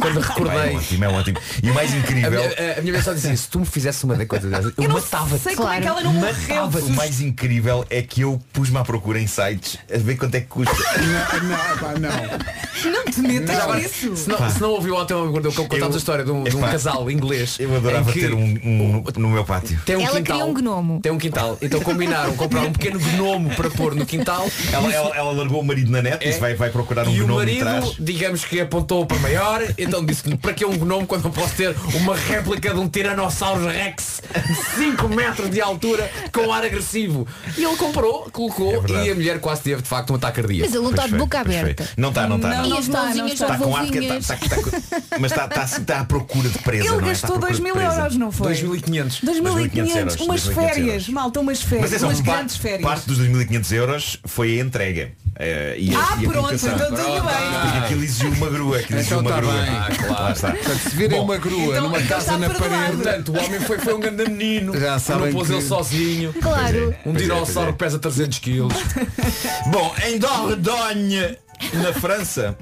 S7: quando
S13: Pá,
S7: recordei.
S13: É ótimo, é ótimo. E o mais
S7: A
S13: incrível.
S7: minha, eh, a- a minha mãe só dizia, se tu me fizesse uma da coisa dessas, eu,
S4: Eu não
S7: matava-te.
S4: sei como é que ela não morreu.
S7: Matava-te.
S13: O mais incrível é que eu pus-me à procura em sites a ver quanto é que custa.
S1: Não, não, pá, não.
S4: Não te metas
S7: Já agora,
S4: nisso.
S7: se, não, se não ouviu ontem o Gordão Cão contámos
S13: Eu-
S7: a história de um, de um
S13: Epá,
S7: casal inglês
S13: Eu adorava
S7: em que
S13: ter um, um no meu pátio.
S7: Tem um
S6: Ela
S7: quintal,
S6: queria um gnomo.
S7: Tem um quintal. Então combinaram comprar um pequeno gnomo para pôr no quintal.
S13: Ela, ela- ela largou o marido na net
S7: É.
S13: e vai, vai procurar um
S7: E o
S13: gnomo e
S7: marido, tá
S13: traz.
S7: digamos que apontou para maior, então disse-lhe, para que um gnomo quando eu posso ter uma réplica de um Tiranossauro Rex de 5 metros de altura com ar agressivo? E ele comprou, colocou
S13: É verdade.
S7: e a mulher quase teve de facto um ataque cardíaco.
S6: Mas ele não está de
S13: Pois
S6: boca
S13: foi, pois
S6: aberta.
S13: foi. Não tá, está, não está.
S4: Não,
S6: E
S13: não.
S6: as
S4: está, não
S6: mãozinhas
S4: está.
S13: Está com ar que
S6: revolvinhas.
S13: está, está, está- mas está, está, está à procura de presa.
S4: Ele
S13: não é? Está à
S4: gastou
S13: procura
S4: 2
S13: de
S4: mil
S13: presa.
S4: euros, não foi?
S7: 2.500.
S13: 2.500
S4: 2.500,
S13: euros,
S4: umas
S13: 2.500
S4: férias,
S13: euros.
S4: malta, umas
S13: Mas
S4: férias,
S13: atenção,
S4: umas
S13: pa-
S4: grandes férias.
S13: parte dos 2.500 euros foi a entrega. eh, e a,
S4: Ah,
S13: e a
S4: pronto,
S13: colocação.
S4: então tudo bem.
S13: Porque aquilo exigiu uma grua. Aquilo exigiu
S1: Ah. Então
S13: uma
S1: está
S13: grua.
S1: bem.
S13: Ah, claro. Lá está.
S1: Portanto, se virem
S7: Bom,
S1: uma grua
S4: então-
S1: numa
S4: então
S1: casa
S4: está
S1: na
S4: perdoado.
S1: parede,
S7: Portanto, o homem foi, foi um grande menino.
S1: Já sabem
S7: não pôs
S1: que-
S7: ele sozinho.
S6: Claro.
S7: Um
S13: Pois é,
S7: dinossauro
S13: pois é.
S7: que pesa 300 quilos.
S13: Bom, em Dordogne, na França,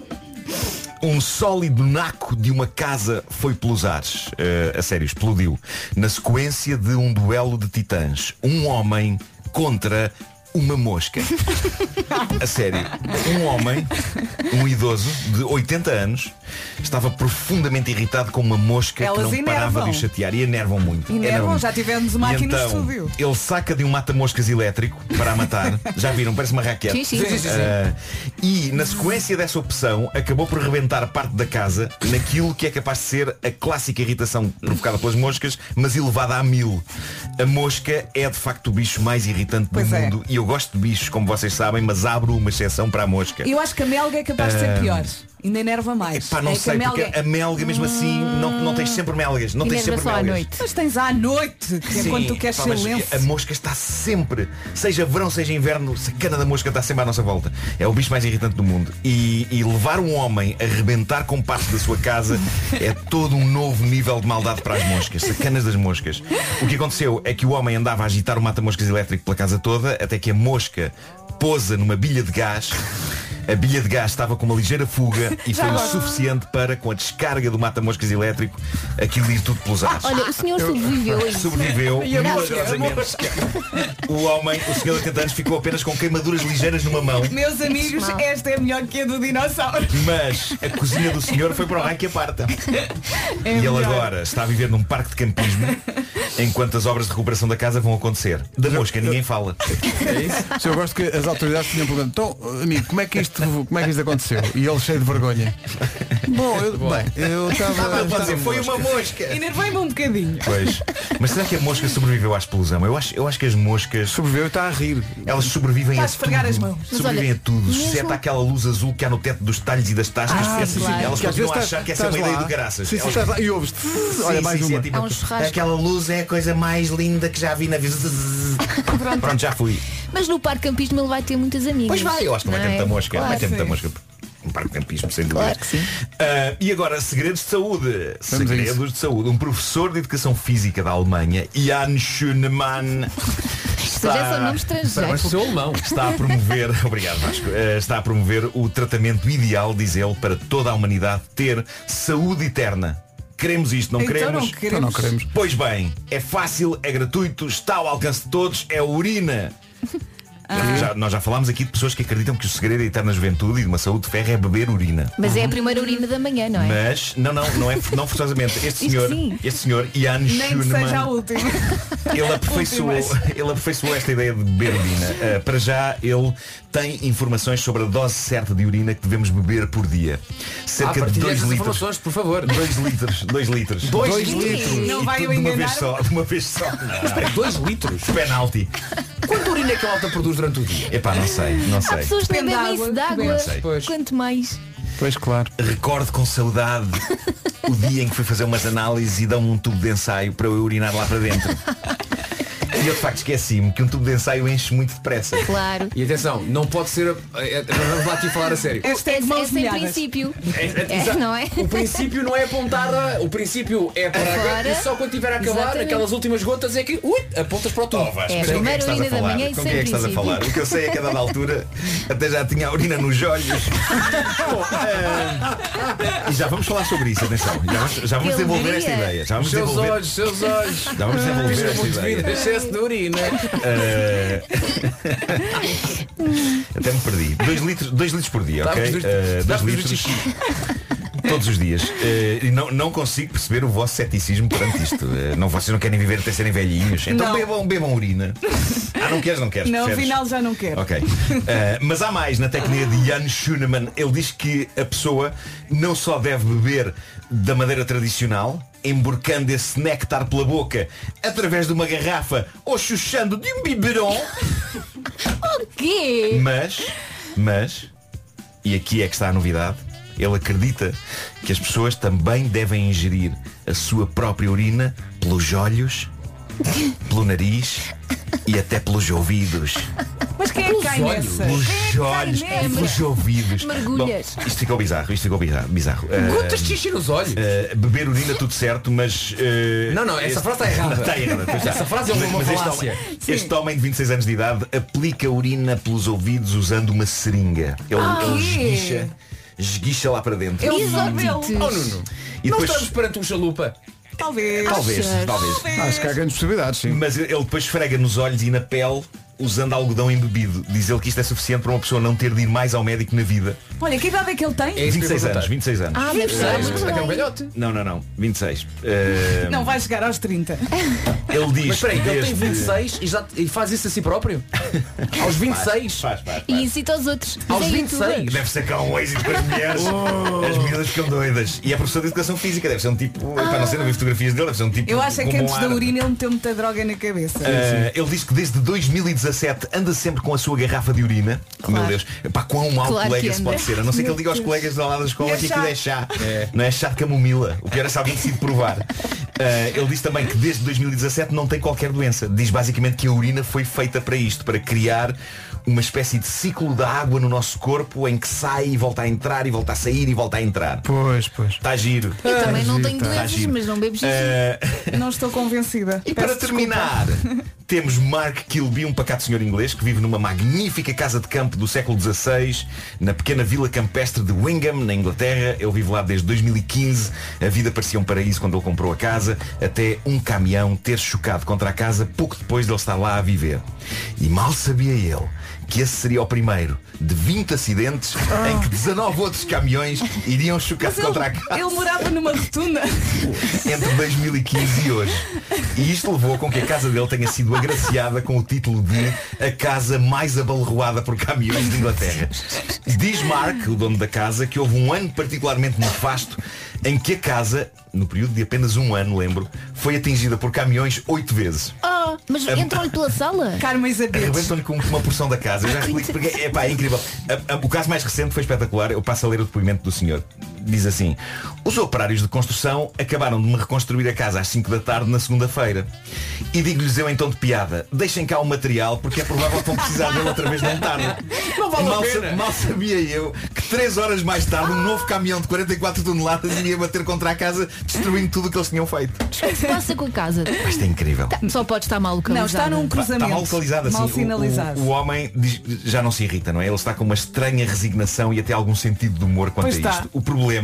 S13: um sólido naco de uma casa foi pelos ares. Eh, a sério, explodiu. Na sequência de um duelo de titãs. Um homem contra uma mosca. A sério, um homem, um idoso de 80 anos, estava profundamente irritado com uma mosca que
S4: Elas
S13: não parava de o
S4: enervam.
S13: chatear e enervam muito.
S4: Enervam,
S13: muito.
S4: já tivemos uma
S13: E
S4: aqui no
S13: então,
S4: estúdio.
S13: Ele saca de um mata-moscas elétrico para a matar. Já viram, parece uma raquete.
S6: Sim, sim. Sim, sim, sim.
S13: Ah, e na sequência dessa opção acabou por rebentar parte da casa naquilo que é capaz de ser a clássica irritação provocada pelas moscas, mas elevada a mil. A mosca é de facto o bicho mais irritante
S4: Pois
S13: do
S4: é.
S13: mundo e eu gosto de bichos, como vocês sabem, mas abro uma exceção para a mosca.
S4: Eu acho que a melga é capaz de ser pior. Ainda enerva mais.
S13: Pá, não
S4: é que
S13: sei,
S4: a melga...
S13: porque a melga mesmo assim não, não tens sempre melgas. Não tens
S6: Enerva
S13: sempre
S6: Ah. só à
S13: melgas.
S6: noite.
S4: Mas tens à noite, que é
S13: Sim,
S4: quando tu queres
S13: pá,
S4: ser
S13: mas
S4: lenço.
S13: A mosca está sempre, seja verão, seja inverno, a cana da mosca está sempre à nossa volta. É o bicho mais irritante do mundo. E, e levar um homem a rebentar com parte da sua casa é todo um novo nível de maldade para as moscas, sacanas das moscas. O que aconteceu é que o homem andava a agitar o mata-moscas elétrico pela casa toda, até que a mosca pousa numa bilha de gás. A bilha de gás estava com uma ligeira fuga e foi o suficiente para, com a descarga do mata-moscas elétrico, aquilo ir tudo pelos
S4: Ah,
S13: ares
S6: Olha, o senhor sobreviveu hoje.
S13: sobreviveu
S7: E a mosca,
S13: milagrosamente. O homem, o senhor de 80 anos, ficou apenas com queimaduras ligeiras numa mão,
S4: Meus amigos, esta é melhor que a do dinossauro.
S13: mas a cozinha do senhor foi para o raio que aparta. e ele agora está a viver num parque de campismo enquanto as obras de recuperação da casa vão acontecer. Da mosca ninguém fala.
S1: Se eu gosto que as autoridades tinham perguntado, então, amigo, como é que isto isto, como é que isto aconteceu? E ele cheio de vergonha. Bom, Ah, eu,
S13: Bom.
S1: bem, eu estava.
S13: Estava a Ah, dizer, foi uma
S1: mosca.
S4: Enervei-me um bocadinho.
S13: Pois. Mas será que a mosca sobreviveu à explosão? Eu acho, eu acho que as moscas.
S1: Sobreviveu está a rir.
S13: Elas sobrevivem
S4: Está a
S13: a,
S4: esfregar
S13: tudo.
S4: as mãos. Mas
S13: Sobrevivem
S4: olha,
S13: a tudo,
S4: mesmo-
S13: exceto àquela luz azul que há no teto dos talhos e das tascas.
S1: Ah,
S13: porque
S1: sim, sim.
S13: Elas
S1: Que às
S13: continuam a
S1: vezes
S13: achar que essa é
S1: estás
S13: uma ideia
S1: lá.
S13: do graças.
S1: Sim, sim,
S13: Elas-
S1: estás lá e ouves.
S13: Sim,
S1: Olha,
S13: sim,
S1: mais
S13: sim,
S1: uma.
S13: é tipo-
S1: Há um churrasco.
S13: Aquela luz é a coisa mais linda que já vi na vida. Pronto, já fui.
S12: Mas no parque campismo ele vai ter muitas amigas.
S13: Pois vai, eu acho que não vai ter
S12: é?
S13: muita mosca. não vai ter muita
S12: Claro.
S13: mosca. Um parque de campismo, sem dúvida.
S12: Claro que sim.
S13: Ah, e agora, segredos de saúde.
S1: Vamos a isso.
S13: segredos de saúde. Um professor de educação física da Alemanha, Jan Schünemann.
S12: já são nomes estrangeiros.
S13: Está-
S12: Mas sou
S11: alemão.
S13: Está a promover, obrigado Vasco, Ah, está a promover o tratamento ideal, diz ele, para toda a humanidade ter saúde eterna. Queremos isto, não
S1: Então
S13: queremos?
S1: não queremos. Então não queremos.
S13: Pois bem, é fácil, é gratuito, está ao alcance de todos, é urina. Já- nós já falámos aqui de pessoas que acreditam que o segredo da eterna juventude e de uma saúde de ferro é beber urina.
S12: Mas é a primeira urina da manhã, não é?
S13: Mas, não, não, não é não forçosamente. Este
S12: Isto
S13: senhor,
S12: sim.
S13: este senhor, Ian
S4: Nem que seja a
S13: Schunemann,
S4: última.
S13: ele aperfeiçoou,
S4: Últimas.
S13: ele aperfeiçoou esta ideia de beber urina. Ah, para já, ele tem informações sobre a dose certa de urina que devemos beber por dia. Cerca
S11: Ah,
S13: de
S11: partilha
S13: 2
S11: estas
S13: é, litros.
S11: informações, por favor.
S13: 2 litros, 2 litros.
S11: Dois Dois litros. litros. Não
S13: E
S11: vai
S13: tudo
S11: eu
S13: de uma
S11: enganar.
S13: vez só, de uma vez só.
S11: 2 litros.
S13: Penalti.
S11: Quanta urina é que a alta produz durante o dia?
S13: Epá, não sei, não
S12: Há
S13: sei.
S12: pessoas que nem
S4: Depende
S12: bebem isso
S4: da água
S12: de
S4: que
S12: água.
S13: bebes. Sei. Pois.
S12: Quanto mais.
S1: Pois claro.
S13: Recordo com saudade o dia em que fui fazer umas análises e dão-me um tubo de ensaio para eu urinar lá para dentro. E eu de facto esqueci-me que um tubo de ensaio enche muito depressa.
S11: É,
S12: Claro.
S11: E atenção, não pode ser. eh, eh, Vamos lá aqui falar a sério.
S12: É, é sem princípio. É, não é?
S11: O princípio não é apontada, o princípio é para
S12: Fora.
S11: agora e só quando tiver a acabar,
S12: Exatamente.
S11: aquelas últimas gotas é que ui, apontas para o tubo.
S13: Vasco,
S12: É,
S13: mas com quem é que
S12: primeiro
S13: estás a
S12: urina da
S13: falar?
S12: manhã e
S13: Com
S12: sem
S13: quem é que estás a
S12: princípio.
S13: falar? O que eu sei é que a dada altura até já tinha a urina nos olhos. E já vamos falar sobre isso, atenção. Já vamos, já vamos
S11: Que
S13: desenvolver esta
S11: alegria.
S13: ideia. Já vamos
S11: Seus
S13: desenvolver...
S11: olhos, seus olhos.
S13: Já vamos desenvolver
S11: Isto é
S13: esta
S11: muito
S13: ideia.
S11: vida, Excesso de urina.
S13: Eh, Até me perdi. 2 litros, dois litros por dia,
S11: Dá-vos
S13: ok?
S11: dois-
S13: Eh, dois
S11: dá-vos dois
S13: litros. Todos os dias. Eh, e não, não consigo perceber o vosso ceticismo perante isto. Eh, não, vocês não querem viver até serem velhinhos. Então
S4: Não.
S13: bebam, bebam urina. Ah, não queres, não queres.
S4: Não,
S13: percebes?
S4: afinal já não quero.
S13: Ok. Eh, mas há mais na técnica de Jan Schunemann. Ele diz que a pessoa não só deve beber da maneira tradicional, emborcando esse néctar pela boca através de uma garrafa ou chuchando de um biberon,
S12: O quê?
S13: mas, mas, e aqui é que está a novidade, ele acredita que as pessoas também devem ingerir a sua própria urina pelos olhos, pelo nariz e até pelos ouvidos.
S4: Mas quem é que cai nessa?
S13: Os olhos,
S4: Quem é que cai
S13: os
S4: nessa?
S13: ouvidos.
S4: Mergulhas.
S13: Bom, isto ficou bizarro, isto ficou bizarro. bizarro.
S11: Gotas
S13: Ah,
S11: de xixi nos olhos.
S13: ah, beber urina tudo certo, mas. ah,
S11: Não, não, essa
S13: este-
S11: frase está errada.
S13: Está errada, pois está.
S11: Essa frase é uma
S13: Mas- mas este
S11: falácia.
S13: homem- Este, homem de 26 anos de idade aplica urina pelos ouvidos usando uma seringa. Ele,
S11: Ah,
S13: ele
S11: quê?
S13: esguicha, esguicha lá para dentro.
S11: Eu
S13: E-
S11: sou dele. Oh, Nuno.
S13: E
S11: não
S13: depois-
S11: estamos perante um chalupa.
S4: Talvez.
S13: Talvez, talvez.
S1: Acho que há grandes possibilidades, sim.
S13: Mas ele depois esfrega nos olhos e na pele usando algodão embebido. Diz ele que isto é suficiente para uma pessoa não ter de ir mais ao médico na vida.
S4: Olha, que idade é que ele tem?
S13: 26 anos, 26 anos.
S4: Ah, deve ser
S13: Eh,
S4: muito
S11: É um galhote.
S13: Não, não, não. 26. Eh,
S4: Não vai chegar aos 30.
S13: Ele diz.
S11: Mas espera aí, ele tem
S13: desde-
S11: 26 e, já, e faz isso a si próprio? Aos 26?
S13: Faz, faz,
S12: E incita aos outros.
S11: Aos
S12: Mas é
S11: 26.
S12: youtuber.
S13: Deve ser cá um ex e depois mulheres.
S11: Oh.
S13: As miúdas ficam doidas. E é professor de educação física, deve ser um tipo. Epá, não sei, não vi fotografias dele, deve ser um tipo.
S4: Ah. Eu acho é
S13: com
S4: que
S13: bom
S4: antes da
S13: ar.
S4: urina ele meteu muita droga na cabeça.
S13: Eh, ele diz que desde 2017 anda sempre com a sua garrafa de urina. Oh, Meu Deus, pá, quão mau
S4: Claro que
S13: colega se
S4: anda.
S13: pode ser. A não ser que
S4: Meu
S13: ele diga aos
S4: Deus.
S13: colegas da lá da escola
S4: É
S13: que
S4: chá.
S13: aquilo é chá. Não é chá de camomila. O pior é se alguém decide provar. Eh, ele diz também que desde 2017 não tem qualquer doença. Diz basicamente que a urina foi feita para isto, para criar uma espécie de ciclo da água no nosso corpo em que sai e volta a entrar e volta a sair e volta a entrar.
S1: Pois, pois.
S13: Está giro.
S12: Eu também não tenho
S13: Está giro, está
S12: doenças,
S13: Ah, tá, giro.
S12: mas não bebo xixi.
S13: Eh,
S4: Não estou convencida.
S13: e para terminar, temos Mark Kilby, um pacato senhor inglês que vive numa magnífica casa de campo do século XVI, na pequena vila campestre de Wingham, na Inglaterra. Ele vive lá desde 2015. A vida parecia um paraíso quando ele comprou a casa, até um caminhão ter chocado contra a casa pouco depois de ele estar lá a viver. E mal sabia ele que esse seria o primeiro de 20 acidentes
S4: Ah.
S13: em que 19 outros caminhões iriam chocar
S4: Mas
S13: contra a
S4: ele,
S13: casa
S4: ele morava numa rotunda.
S13: entre 2015 e hoje. E isto levou com que a casa dele tenha sido agraciada com o título de a casa mais abalroada por caminhões de Inglaterra. Diz Mark, o dono da casa, que houve um ano particularmente nefasto em que a casa, no período de apenas um ano, lembro, foi atingida por caminhões oito vezes.
S12: Oh, mas
S13: A-
S12: entrou-lhe pela sala?
S4: Carmen
S13: Arrebentam-lhe com uma porção da casa. Eu já explico porque é, pá, é incrível. A- a- o caso mais recente foi espetacular. Eu passo a ler o depoimento do senhor. Diz assim, os operários de construção acabaram de me reconstruir a casa às 5 da tarde na segunda-feira. E digo-lhes eu em tom de piada, deixem cá o material porque é provável que vão precisar dele outra vez na tarde.
S11: Não vale a
S13: mal,
S11: pena.
S13: sa- mal sabia eu que 3 horas mais tarde um novo caminhão de 44 toneladas iria bater contra a casa, destruindo tudo o que eles tinham feito.
S12: O que é que se passa com a casa? Tá,
S13: Isto é incrível.
S12: Só pode estar mal localizada.
S4: Não, está num cruzamento.
S13: Está mal localizado assim.
S4: Mal
S13: O- o-
S4: sinalizado.
S13: O, homem diz- já não se irrita, não é? Ele está com uma estranha resignação e até algum sentido de humor quanto
S4: Pois
S13: a
S4: está.
S13: isto. O problema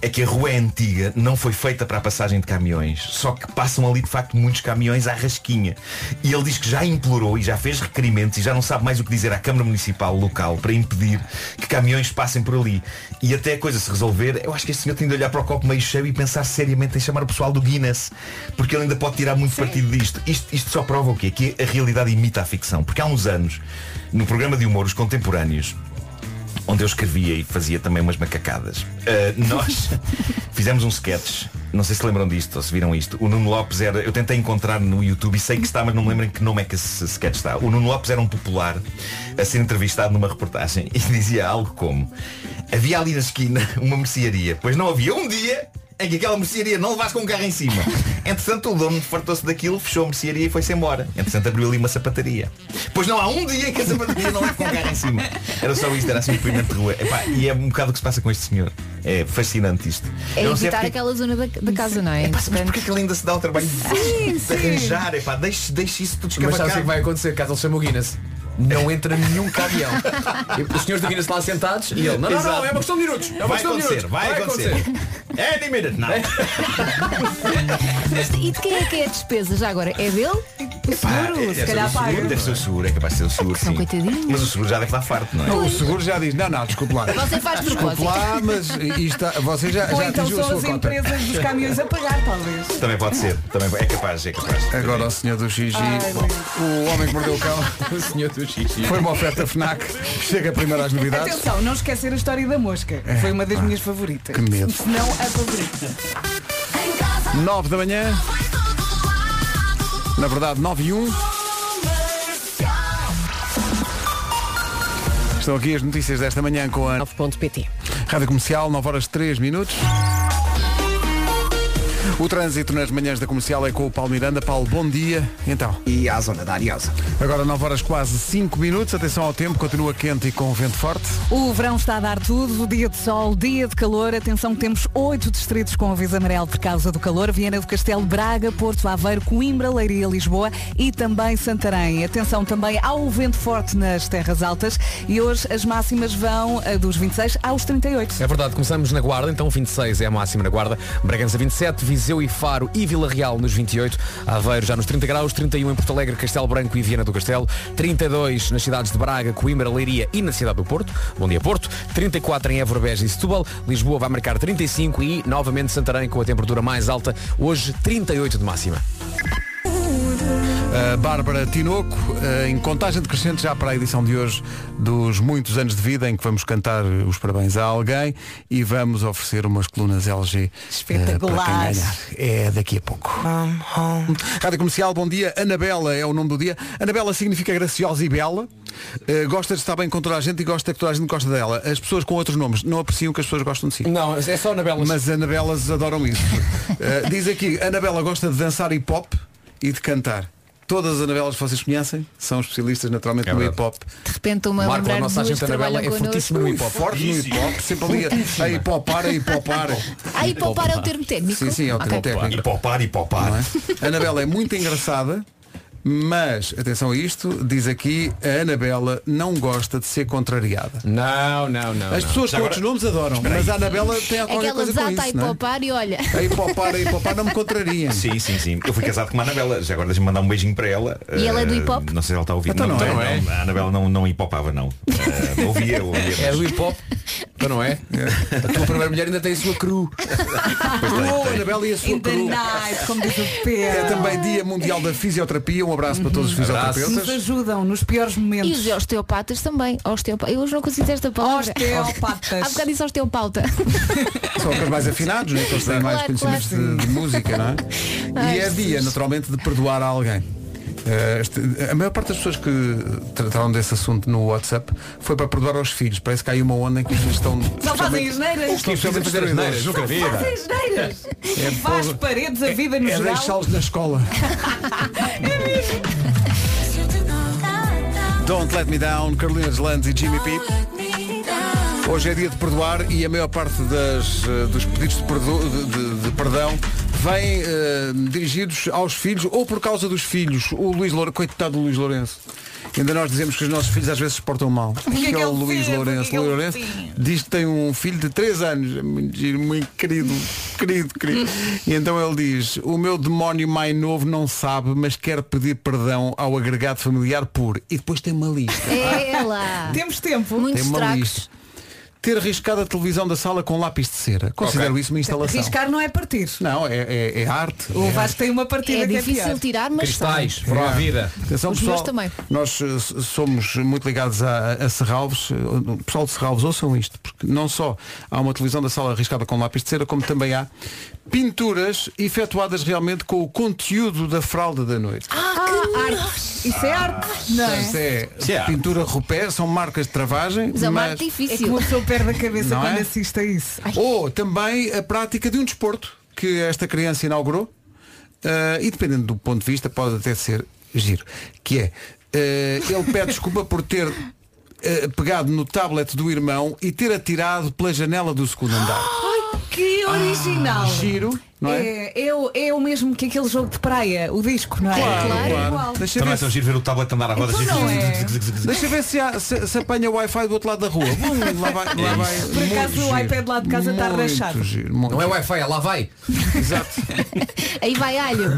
S13: é que a rua é antiga não foi feita para a passagem de caminhões. Só que passam ali de facto muitos caminhões à rasquinha. E ele diz que já implorou e já fez requerimentos e já não sabe mais o que dizer à Câmara Municipal local para impedir que caminhões passem por ali. E até a coisa se resolver, eu acho que este senhor tem de olhar para o copo meio cheio e pensar seriamente em chamar o pessoal do Guinness. Porque ele ainda pode tirar muito partido disto. Isto, isto só prova o quê? Que a realidade imita a ficção. Porque há uns anos, no programa de humor, os contemporâneos, onde eu escrevia e fazia também umas macacadas. Ah, nós fizemos um sketch, não sei se lembram disto ou se viram isto. O Nuno Lopes era, eu tentei encontrar no YouTube e sei que está, mas não me lembro em que nome é que esse sketch está. O Nuno Lopes era um popular a ser entrevistado numa reportagem e dizia algo como havia ali na esquina uma mercearia, pois não havia um dia em que aquela mercearia não levasse com um carro em cima. Entretanto, o dono fartou-se daquilo, fechou a mercearia e foi-se embora. Entretanto, abriu ali uma sapataria. Pois não há um dia em que a sapataria não leve com um carro em cima. Era só isto, era assim o primeiro de rua. Epá, e é um bocado o que se passa com este senhor. É fascinante isto.
S12: É
S13: Eu não sei
S12: evitar
S13: porque-
S12: aquela zona da, da casa, não é?
S13: mas porquê que ele ainda se dá o trabalho de
S12: sim.
S13: arranjar? Epá, deixe, deixe isso tudo
S7: Mas sabes o que é
S13: escabacado.
S7: que vai acontecer caso ele chame o Guinness? Não entra nenhum caminhão. E Os senhores do Guinness lá sentados e ele. Não, não, não,
S13: Exato.
S7: é uma questão de minutos. É uma
S13: Vai
S7: questão de
S13: acontecer,
S7: minutos.
S13: vai acontecer. É. Any minute now.
S12: Mas E de quem é que é a despesa já agora? É dele? O
S13: Pá,
S12: seguro?
S13: é-
S12: se
S13: é
S12: calhar
S13: o seguro,
S12: paga.
S13: Deve ser o seguro, é capaz de ser o seguro.
S12: são
S13: sim.
S12: coitadinhos.
S13: Mas o seguro já deve estar farto, não é?
S1: Não, o seguro já diz, não, não, desculpe lá.
S12: Você é faz
S1: Desculpe
S12: propósito.
S1: lá, mas isto, você já,
S4: Ou
S1: já
S4: então
S1: atingiu a
S4: são
S1: sua
S4: as
S1: cota.
S4: empresas dos caminhões a pagar, talvez.
S13: Também pode ser, também é capaz, é capaz.
S1: Agora o senhor do Gigi, o homem que mordeu o cão,
S7: o senhor do Xixi.
S1: foi uma oferta FNAC, chega primeiro às novidades.
S4: Atenção, não esquecer a história da mosca.
S1: É,
S4: Foi uma das
S1: pá,
S4: minhas favoritas.
S1: que medo.
S4: Se não, a favorita.
S1: 9 da manhã. Na verdade, 9 e 1. Estão aqui as notícias desta manhã com a 9.pt. Rádio Comercial, 9 horas 3 minutos. O trânsito nas manhãs da comercial é com o Paulo Miranda. Paulo, bom dia. Então.
S5: E à zona da Ariosa.
S1: Agora 9 horas quase 5 minutos. Atenção ao tempo, continua quente e com vento forte.
S4: O verão está a dar tudo, dia de sol, dia de calor. Atenção que temos oito distritos com aviso amarelo por causa do calor. Viana do Castelo, Braga, Porto Aveiro, Coimbra, Leiria, Lisboa e também Santarém. Atenção também ao vento forte nas terras altas e hoje as máximas vão eh, dos 26 aos 38.
S7: É verdade, começamos na Guarda, então 26 é a máxima na Guarda, Bragança 27, Viseu e Faro e Vila Real nos 28, Aveiro já nos 30 graus, 31 em Porto Alegre, Castelo Branco e Viana do Castelo, 32 nas cidades de Braga, Coimbra, Leiria e na cidade do Porto, bom dia Porto, 34 em Évora, Beja e Setúbal, Lisboa vai marcar 35 e novamente Santarém com a temperatura mais alta, hoje 38 de máxima.
S1: A Bárbara Tinoco, eh, em contagem decrescente já para a edição de hoje dos muitos anos de vida em que vamos cantar os parabéns a alguém e vamos oferecer umas colunas LG eh, para quem
S4: Espetacular.
S1: ganhar. É daqui a pouco. Rádio Comercial, bom dia. Anabela é o nome do dia. Anabela significa graciosa e bela. Eh, gosta de estar bem com toda a gente e gosta que toda a gente gosta dela. As pessoas com outros nomes não apreciam que as pessoas gostam de si.
S7: Não, é só Anabelas.
S1: Mas Anabelas adoram isso. Eh, diz aqui, Anabela gosta de dançar hip hop e de cantar. Todas as Anabelas que vocês conhecem são especialistas
S7: É
S1: naturalmente no hip hop.
S12: De repente estou-me a
S1: Marco, a
S12: lembrar de
S1: nossa
S12: duas
S1: agente
S12: que
S1: Anabela
S12: trabalham
S1: é
S7: um
S1: fortíssima no hip hop. Forte no hip hop, sempre ali a- a hip hopar, a hip hopar.
S12: Ah, hip hopar é o termo técnico?
S1: Sim, sim, é o termo
S12: Ok.
S1: técnico.
S13: Hipopar, hipopar.
S1: Não é? A Anabela é muito engraçada, Mas, atenção a isto, diz aqui, a Anabela não gosta de ser contrariada.
S7: Não, não, não.
S1: As pessoas com
S7: Já agora-
S1: outros nomes adoram,
S7: Espera aí.
S1: mas a Anabela tem a qualquer
S12: Aquela
S1: coisa com
S12: desata a
S1: isso, não é?
S12: hipopar e olha.
S1: A hipopar, a hipopar não me contraria.
S13: Sim, sim, sim. Eu fui casado com uma Anabela. Já agora deixa-me mandar um beijinho para ela.
S12: E ela é do
S13: Eh,
S12: hip hop?
S13: Não sei se ela está a ouvir.
S1: Então não é, não é?
S13: A Anabela não, não hipopava, não. Eh, ouvia, ouvia.
S7: É do hip hop? Então não é? A tua primeira mulher ainda tem a sua cru.
S1: Boa, Anabela e a sua
S4: In the
S1: cru.
S4: night, como diz o
S1: É
S4: Pedro.
S1: também Dia Mundial da Fisioterapia. Um abraço para todos os
S4: Nos
S1: fisioterapeutas.
S4: ajudam nos piores
S12: E
S4: momentos.
S12: os osteopatas também. Osteopa... Eu hoje não consigo dizer esta palavra.
S4: Osteopatas.
S12: Há bocado disse osteopauta.
S1: São aqueles mais afinados, né? aqueles que têm mais
S12: Claro,
S1: conhecimentos
S12: claro.
S1: de, de música, não é?
S12: Ai,
S1: e é dia,
S12: Jesus.
S1: naturalmente, de perdoar a alguém. Eh, este- a maior parte das pessoas que trataram desse assunto no WhatsApp foi para perdoar aos filhos. Parece que há aí uma onda em que eles estão.
S4: Só fazem asneiras.
S1: Estão
S7: Fazem
S1: especialmente
S7: asneiras, nunca vi.
S1: destruidores.
S4: Fazem asneiras.
S1: É
S4: Faz
S1: pobre.
S4: paredes a vida no
S1: É
S4: geral.
S1: deixá-los na escola. Don't Let Me Down, Carolina Deslandes e Jimmy P. Hoje é dia de perdoar e a maior parte das, eh, dos pedidos de, perdo- de- de- de perdão vêm eh, dirigidos aos filhos ou por causa dos filhos. O Luís Lourenço, coitado do Luís Lourenço. Ainda nós dizemos que os nossos filhos às vezes se portam mal.
S4: que é que
S1: o
S4: ele
S1: Luís
S4: fez? O que é
S1: Lourenço.
S4: que
S1: Luís
S4: ele
S1: Lourenço
S4: fez?
S1: diz que tem um filho de 3 anos. É Muito giro, muito querido, querido, querido. E então ele diz, o meu demónio mais novo não sabe, mas quer pedir perdão ao agregado familiar por. E depois tem uma lista.
S12: É lá.
S4: Temos tempo.
S1: Tem
S12: Muitos
S1: uma
S12: tracos.
S1: lista. Ter riscado a televisão da sala com lápis de cera. Considero isso uma instalação.
S4: Riscar não é partir.
S1: Não, é, é- é arte.
S4: O
S1: É
S4: Vasco tem uma partida
S12: É
S4: que é
S12: difícil
S4: pior.
S12: tirar, mas
S7: Cristais,
S12: sai.
S7: foram à é vida.
S1: Atenção,
S12: Os
S1: pessoal,
S12: meus também.
S1: nós eh, s- somos muito ligados a, a Serralves. Eh, O pessoal de Serralves, ouçam isto, porque não só há uma televisão da sala arriscada com lápis de cera, como também há pinturas efetuadas realmente com o conteúdo da fralda da noite.
S4: Ah, arte. Isso é arte, não é?
S1: Isto é pintura rupé, são marcas de travagem.
S4: Mas é uma
S1: mas-
S4: arte difícil. É que uma pessoa perde a cabeça
S1: Não
S4: quando
S1: é?
S4: assiste a isso.
S1: Ou também a prática de um desporto que esta criança inaugurou eh, e dependendo do ponto de vista pode até ser giro. Que é, eh, ele pede desculpa por ter eh, pegado no tablet do irmão e ter atirado pela janela do segundo andar.
S4: Ai, que original.
S1: giro, não é?
S4: Ah, É, o- é o mesmo que aquele jogo de praia, o disco, não é? É igual.
S1: Deixa
S13: Também
S1: ver,
S13: é tão giro ver o tablet andar a roda.
S4: Então não é.
S1: deixa ver se, há- se, se apanha o Wi-Fi do outro lado da rua. Bum, lá vai, lá
S13: É
S1: vai.
S13: isso.
S4: Por acaso
S1: Muito
S4: o
S1: giro.
S4: iPad lá de casa está
S1: Muito
S4: rachado.
S1: giro, muito
S7: Não é
S1: giro.
S7: Wi-Fi, é lá vai.
S1: Exato.
S12: Aí vai alho.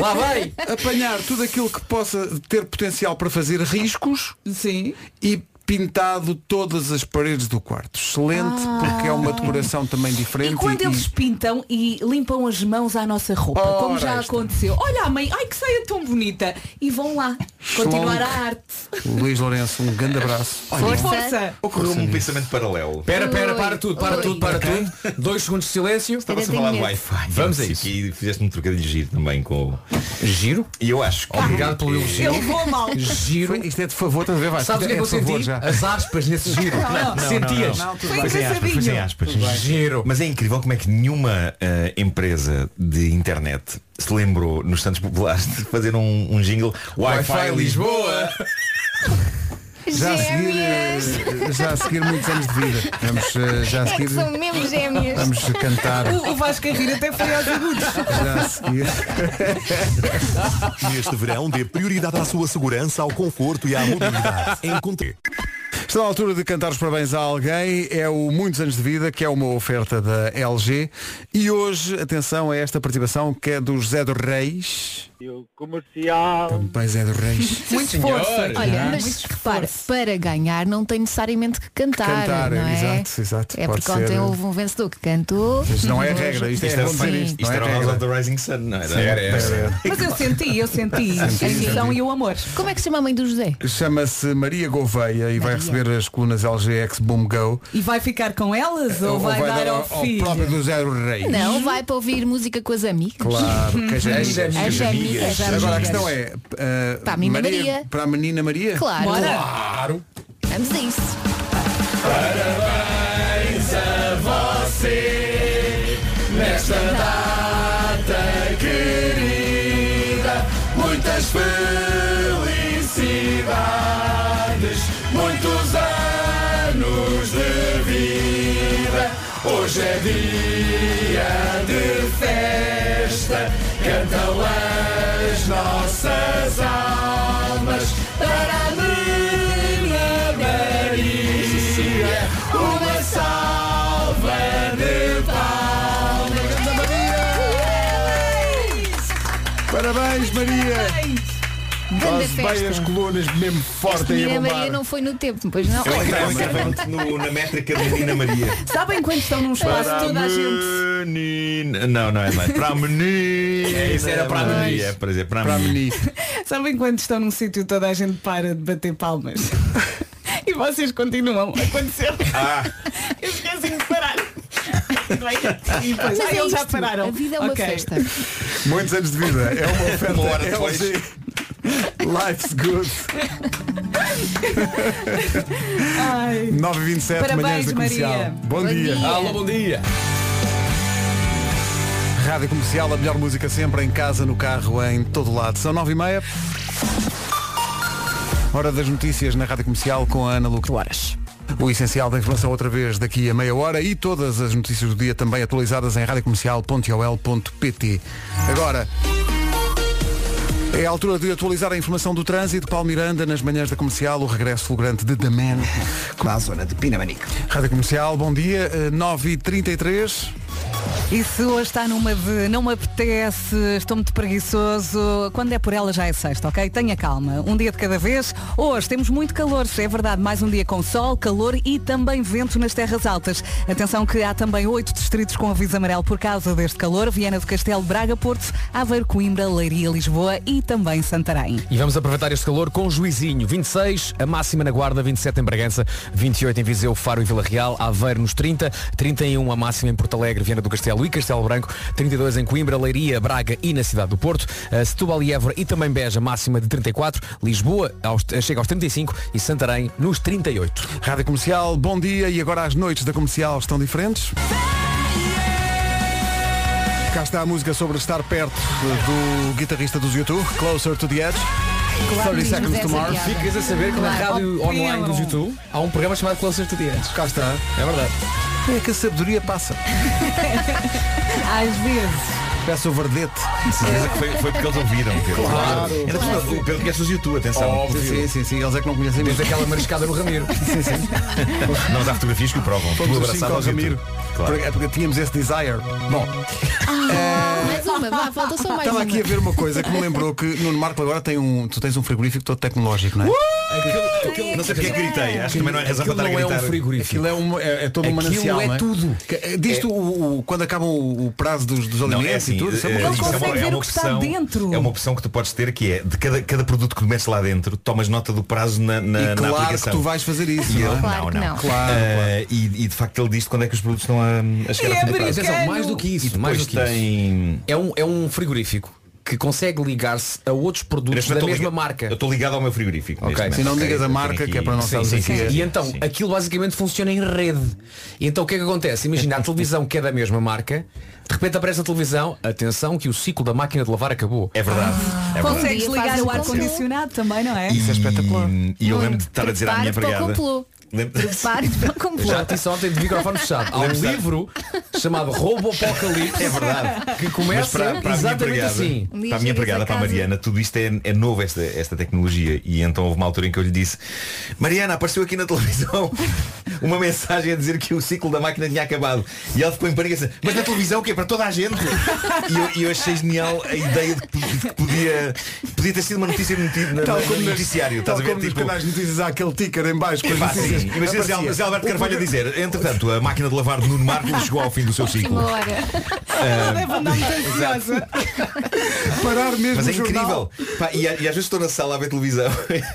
S7: Lá vai.
S1: apanhar tudo aquilo que possa ter potencial para fazer riscos
S4: Sim.
S1: e pintado todas as paredes do quarto. Excelente, porque é uma decoração também diferente.
S4: E quando
S1: e-
S4: eles pintam e limpam as mãos à nossa roupa,
S1: Ora,
S4: como já
S1: aí está.
S4: aconteceu. Olha a mãe, ai que saia tão bonita. E vão lá continuar a arte.
S1: Luís Lourenço, um grande abraço.
S4: Força.
S13: Ocorreu-me um pensamento paralelo.
S7: Pera, pera,
S12: Oi,
S7: para tudo, para
S12: oi.
S7: tudo, para tudo. Dois segundos de silêncio.
S13: Estava-se a falar do Wi-Fi.
S7: Vamos a
S13: Sim,
S7: isso.
S13: E fizeste um trocadilho giro também com o...
S7: Giro?
S13: E eu acho que...
S7: Obrigado pelo elogio.
S4: Ele voa mal.
S7: Giro.
S1: Foi- Isto é de favor, estás a ver? Vai.
S7: Sabes o que é que
S1: de
S7: eu
S1: favor
S7: senti?
S1: já.
S7: As aspas nesse giro.
S4: não, não,
S7: Sentias?
S1: não, tudo
S4: Foi
S13: Foi sem aspas, foi sem
S4: engraçadinho.
S13: aspas.
S7: Giro.
S13: Mas é incrível como é que nenhuma eh, empresa de internet se lembrou nos Santos Populares de fazer um, um jingle Wi-Fi,
S7: Wi-Fi
S13: Lisboa.
S7: Lisboa.
S1: Já a seguir, eh, já a seguir muitos anos de vida. Vamos eh, já a
S12: É que
S1: seguir.
S12: são mesmo gêmeas.
S1: Vamos cantar
S4: O, o Vasco a rir até foi aos agudos.
S1: já a seguir.
S17: Neste verão, dê prioridade à sua segurança, ao conforto e à mobilidade. Encontre.
S1: Está na altura de cantar os parabéns a alguém. É o Muitos Anos de Vida, que é uma oferta da LG. E hoje, atenção a esta participação, que é do José do Reis.
S14: Eu comercial.
S1: Pai José do Reis.
S4: Muito esforço.
S12: Olha,
S1: Ah,
S4: Muito
S12: mas repara, para ganhar não tem necessariamente que cantar,
S1: Cantar,
S12: não é?
S1: exato, exato.
S12: É
S1: Pode
S12: porque ontem
S1: ser- eh,
S12: houve um vencedor que cantou.
S1: Mas não é
S12: Hoje-
S1: regra, isto é
S13: Isto era,
S1: bom dizer
S13: sim.
S1: isto.
S13: Isto
S1: não é
S13: era House
S1: regra.
S13: of the Rising Sun, não era? era,
S4: Mas eu senti, eu senti a emoção e o amor.
S12: Como é que se chama a mãe do José?
S1: Chama-se Maria Gouveia e vai receber as colunas LGX Boom Go.
S4: E vai ficar com elas ou, vai, dar, ao, filho?
S1: próprio do Zé do Reis.
S12: Não, vai para ouvir música com as amigas.
S1: Claro, que é as
S7: As
S1: amigas.
S7: amigas.
S12: As amigas.
S13: amigas.
S1: Agora a questão é, eh,
S12: Para Tá, a menina Maria.
S1: para a menina Maria?
S12: Claro.
S4: Bora.
S7: Claro.
S12: Vamos a isso.
S17: Muitas felicidades, muitos anos de vida. Hoje é dia de festa, canta
S18: as nossas almas para a menina Maria. Uma salva de palmas.
S1: Parabéns, Maria!
S12: Grande
S1: Faz bem
S12: festa.
S1: as colunas mesmo forte aí a
S12: Menina
S1: bombar.
S12: Maria não foi no tempo, pois não.
S13: no, na métrica de Menina Maria.
S4: Sabem quando estão num espaço
S13: Para
S4: toda a gente.
S13: menina. Não, não é mais. Para a menina.
S7: É, isso era para a menina.
S13: É, para dizer, para a menina.
S4: Sabem quando estão num sítio toda a gente para de bater palmas. E vocês continuam. Aconteceu.
S13: Ah.
S4: Eu esqueci de parar. E depois,
S12: Mas
S4: ah,
S12: é
S4: eles já
S12: isto.
S4: pararam.
S12: A vida é uma
S4: Ok.
S12: festa.
S1: Muitos anos de vida. É uma oferta.
S13: Uma hora
S1: LG. Life's good.
S4: Ai.
S1: 9h27, manhãs da
S4: Parabéns,
S1: comercial.
S4: Maria.
S1: Bom,
S4: Bom
S1: dia.
S4: dia. Alô,
S7: bom dia.
S1: Rádio Comercial, a melhor música sempre, em casa, no carro, em todo lado. São 9h30. Hora das notícias na Rádio Comercial com a Ana Lucas. Horas. O essencial da informação outra vez daqui a meia hora e todas as notícias do dia também atualizadas em radiocomercial.ol.pt. Agora, é a altura de atualizar a informação do trânsito. Paulo Miranda, nas manhãs da comercial, o regresso fulgurante de The Man.
S5: Para a zona de Pinamanique.
S1: Rádio Comercial, bom dia, eh, 9h33.
S4: E se hoje está numa de não me apetece, estou muito preguiçoso, quando é por ela já é sexta, ok? Tenha calma. Um dia de cada vez. Hoje temos muito calor, é verdade. Mais um dia com sol, calor e também vento nas terras altas. Atenção que há também oito distritos com aviso amarelo por causa deste calor. Viana do Castelo, Braga, Porto, Aveiro, Coimbra, Leiria, Lisboa e também Santarém.
S7: E vamos aproveitar este calor com Juizinho. 26, a máxima na Guarda, 27 em Bragança, 28 em Viseu, Faro e Vila Real, Aveiro nos 30, 31 a máxima em Porto Alegre, Viana do Castelo e Castelo Branco, 32 em Coimbra, Leiria, Braga e na cidade do Porto, eh, Setúbal e Évora e também Beja, máxima de 34, Lisboa aos- eh, chega aos 35 e Santarém nos 38.
S1: Rádio Comercial, bom dia e agora as noites da comercial estão diferentes. Cá está a música sobre estar perto eh, do guitarrista dos YouTube, Closer to the Edge.
S7: Claro,
S1: 30 Seconds
S7: essa
S1: to Mars.
S7: piada. Ficas a é saber que na Claro. rádio online dos YouTube há um programa chamado Closer to the Edge.
S1: Cá está.
S7: É verdade.
S1: É que a sabedoria passa.
S4: Às vezes.
S1: Peço o verdete.
S13: Certeza é que foi, foi porque eles ouviram, Pedro.
S1: Claro.
S13: Ainda por cima, o Pedro conhece os YouTube, atenção.
S1: Óbvio. Sim, sim, sim, eles é que não conhecem
S7: Desde aquela mariscada no Ramiro.
S1: sim, sim.
S13: Não, mas há fotografias que o provam.
S1: Fomos
S13: Tu
S1: os cinco
S13: abraçado
S1: ao
S13: aos YouTube.
S1: Ramiro.
S13: Claro.
S1: Porque- É porque tínhamos esse desire. Bom,
S12: Mais uma, vá, falta só mais
S1: estava
S12: uma.
S1: aqui a ver uma coisa que me lembrou que Nuno Marco agora tem um. Tu tens um frigorífico todo tecnológico, não é?
S13: Não sei porque é que gritei, acho que também não é razão para estar a
S7: um
S13: gritar.
S1: Aquilo é, um, é, é todo um
S13: Aquilo
S1: manancial.
S13: é
S1: não
S13: tudo.
S1: Que- eh, Diz-te o, o- quando acaba o, o prazo dos, dos
S13: Não,
S1: alimentos
S13: é assim,
S1: e tudo. isso é uma
S13: é-
S1: coisa.
S13: isso é uma- é uma opção- É uma opção que tu podes ter que é de cada, cada produto que metes lá dentro, tomas nota do prazo na, na, na
S1: E claro que
S13: aplicação.
S1: tu vais fazer isso.
S13: E
S1: não
S13: eu,
S1: é?
S13: não, não.
S1: Claro.
S13: Eh, e, e de facto ele diz quando é que os produtos estão a, a chegar
S7: E
S13: ao
S7: é
S13: fim da prazo.
S7: americano. Atenção, mais do que isso,
S13: E depois
S7: mais do que isso.
S13: tem...
S7: É um, é um frigorífico que consegue ligar-se a outros produtos
S13: Neste
S7: da
S13: momento
S7: mesma
S13: eu estou liga-
S7: marca.
S13: Eu estou ligado ao meu frigorífico. neste
S7: Ok.
S13: momento, ok? Eu
S1: é
S13: tenho aqui-
S7: Sim, sim, sim. E então, aquilo basicamente funciona em rede. E então o que é que acontece? Imagina, a televisão que é da mesma marca, de repente aparece a televisão, atenção que o ciclo da máquina de lavar acabou.
S13: É verdade.
S4: Consegues
S12: Faz
S4: ligar
S12: o
S4: o
S12: complô.
S4: ar-condicionado também, não é?
S13: Isso é espetacular. E eu lembro de estar a dizer à minha
S12: Prepare-te para o
S13: empregada.
S12: complô.
S13: lembro-
S12: Prepare-te para o complô.
S7: Já te disse ontem de microfone fechado. Há um
S13: Lembro-se-
S7: livro chamado Robo Apocalipse.
S13: É verdade.
S7: Que começa
S13: Mas para, para a minha
S7: exatamente
S13: pregada,
S7: assim.
S12: Um dia
S13: para a minha
S12: chegas a
S13: pregada, para a
S12: casa.
S13: Mariana, tudo isto é, é novo, esta, esta tecnologia. E então houve uma altura em que eu lhe disse, Mariana, apareceu aqui na televisão uma mensagem a dizer que o ciclo da máquina tinha acabado. E ela ficou em pânico e disse, mas na televisão o quê? Para toda a gente? E eu, e eu achei genial a ideia de que de que podia, podia ter sido uma notícia no, noti- na-
S1: Tal
S13: na-
S1: como
S13: no
S1: nas-
S13: noticiário.
S1: tal
S13: Estás a ver?
S1: como nos
S13: Tipo,
S1: canais de notícias há aquele ticker em baixo com as
S13: Epá,
S1: notícias. assim,
S13: sim. Imagina se Al-
S1: Aparecia.
S13: se Alberto Carvalho a dizer, entretanto, a máquina de lavar de Nuno Marco chegou ao fim do seu ciclo.
S12: Última hora.
S13: Ah,
S4: Deve andar muito
S1: é?
S4: ansiosa.
S1: Parar mesmo
S13: Mas é
S1: o jornal.
S13: incrível. Pá, e, a- e às vezes estou na sala a ver televisão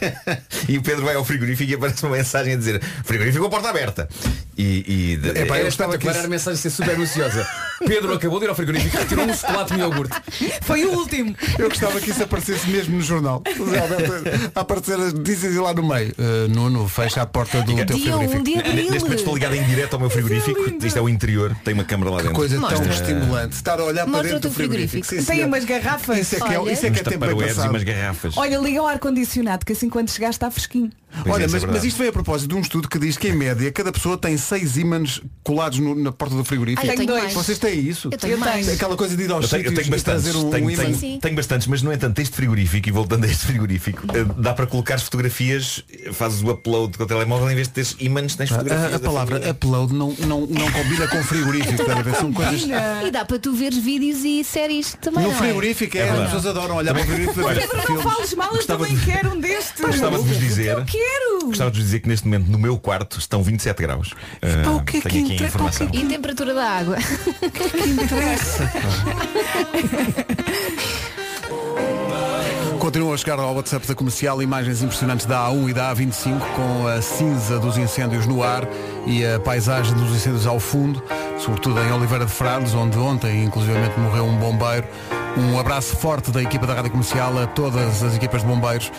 S13: e o Pedro vai ao frigorífico e aparece uma mensagem a dizer frigorífico com a porta aberta. E, e de-
S7: É pá,
S13: é
S7: eu estava a
S13: espetacular.
S7: declarar a mensagem ser super anunciosa. Pedro acabou de ir ao frigorífico e tirou um chocolate no iogurte.
S4: Foi o último.
S1: Eu gostava que isso aparecesse mesmo no jornal. Zé Alberto, a aparecer as notícias e lá no meio. Uh, Nuno, fecha a porta do teu
S12: um,
S4: um
S1: frigorífico.
S13: Neste momento estou ligado em direto ao meu frigorífico. Isto é o interior, tem uma câmara lá
S1: Que
S13: dentro.
S1: coisa tão
S13: Eh,
S1: estimulante. Estar a olhar para
S4: Mostra
S1: dentro
S4: o
S1: do
S4: teu frigorífico.
S1: frigorífico. Sim,
S4: Tem
S1: senhor.
S4: umas garrafas.
S1: Isso é que é, isso é, que é
S13: Uns
S1: tempo bem
S13: taparoeiros e
S1: passado.
S13: umas garrafas.
S4: Olha, liga o ar-condicionado, que assim quando chegar está fresquinho.
S13: Pois
S1: Olha,
S13: é, isso é
S1: mas,
S13: verdade.
S1: mas isto vem a propósito de um estudo que diz que em média cada pessoa tem 16 ímãs colados no- na porta do frigorífico.
S18: Ai, eu tenho mais.
S1: Vocês têm isso?
S18: Eu tenho Eu mais. tenho.
S1: Aquela coisa de ir
S13: Eu
S1: aos
S13: tenho, eu
S1: sítios
S13: tenho
S1: e
S13: bastantes,
S1: trazer um,
S13: tenho,
S1: um ímã.
S13: tenho- tenho bastantes, mas no entanto este frigorífico, e voltando a este frigorífico, eh, dá para colocar fotografias, eh, fazes o upload com o telemóvel em vez de teres imãs, tens fotografias.
S1: Ah, A- A, a
S13: da
S1: palavra upload não, não, não combina com frigorífico.
S12: Então
S1: deve haver,
S12: não
S1: são coisas-
S12: combina. E dá para tu veres vídeos e séries também.
S1: No
S12: não é?
S1: frigorífico é,
S13: É
S1: as
S13: verdade. é
S1: pessoas adoram olhar para o frigorífico. para ver
S4: Pedro, não
S1: filmes.
S4: fales mal, eu
S13: Gostava
S4: também
S13: de-
S4: quero um destes.
S13: Gostava de vos dizer.
S4: Eu quero.
S13: Gostava de vos dizer que neste momento no meu quarto estão 27 graus.
S12: Pá,
S1: Então-
S13: Eh,
S12: o que é que
S13: tenho aqui a
S12: inter- pá, o que
S13: informação.
S12: é que- E a temperatura da água. O que é que interessa?
S1: Continuam a chegar ao WhatsApp da comercial imagens impressionantes da A1 e da A25 com a cinza dos incêndios no ar e a paisagem dos incêndios ao fundo, sobretudo em Oliveira de Frades, onde ontem inclusivamente morreu um bombeiro. Um abraço forte da equipa da Rádio Comercial a todas as equipas de bombeiros,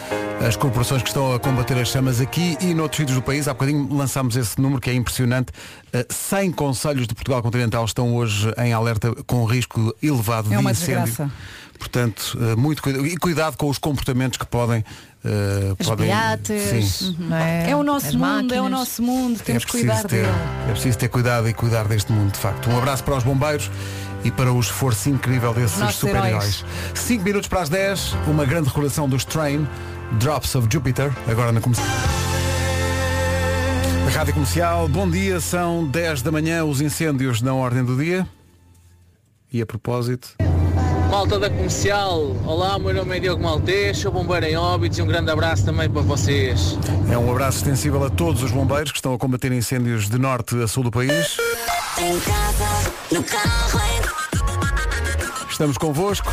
S1: as corporações que estão a combater as chamas aqui e noutros sítios do país. Há bocadinho lançámos esse número que é impressionante. Eh, 100 conselhos de Portugal continental estão hoje em alerta com risco elevado
S4: É
S1: de
S4: uma
S1: incêndio.
S4: desgraça.
S1: Portanto, eh, muito cuidado. E cuidado com os comportamentos que podem. eh,
S4: As
S1: podem
S4: beatas,
S1: Sim.
S12: uhum.
S4: não é? É o nosso
S6: As
S4: mundo, é o
S6: máquinas.
S4: nosso mundo, temos
S1: é
S4: que cuidar
S1: preciso ter,
S4: dele.
S1: É preciso ter cuidado e cuidar deste mundo, de facto. Um abraço para os bombeiros e para o esforço incrível desses
S4: Nossos
S1: super-heróis. 5 minutos para as 10, uma grande recordação dos Train, Drops of Jupiter, agora na comercial. Rádio Comercial, bom dia, são 10 da manhã, os incêndios na ordem do dia. E a propósito,
S19: Malta da Comercial, olá, meu nome é Diogo Maltês, sou bombeiro em Óbidos e um grande abraço também para vocês.
S1: É um abraço extensível a todos os bombeiros que estão a combater incêndios de norte a sul do país.
S18: Em casa, no carro,
S1: Estamos convosco.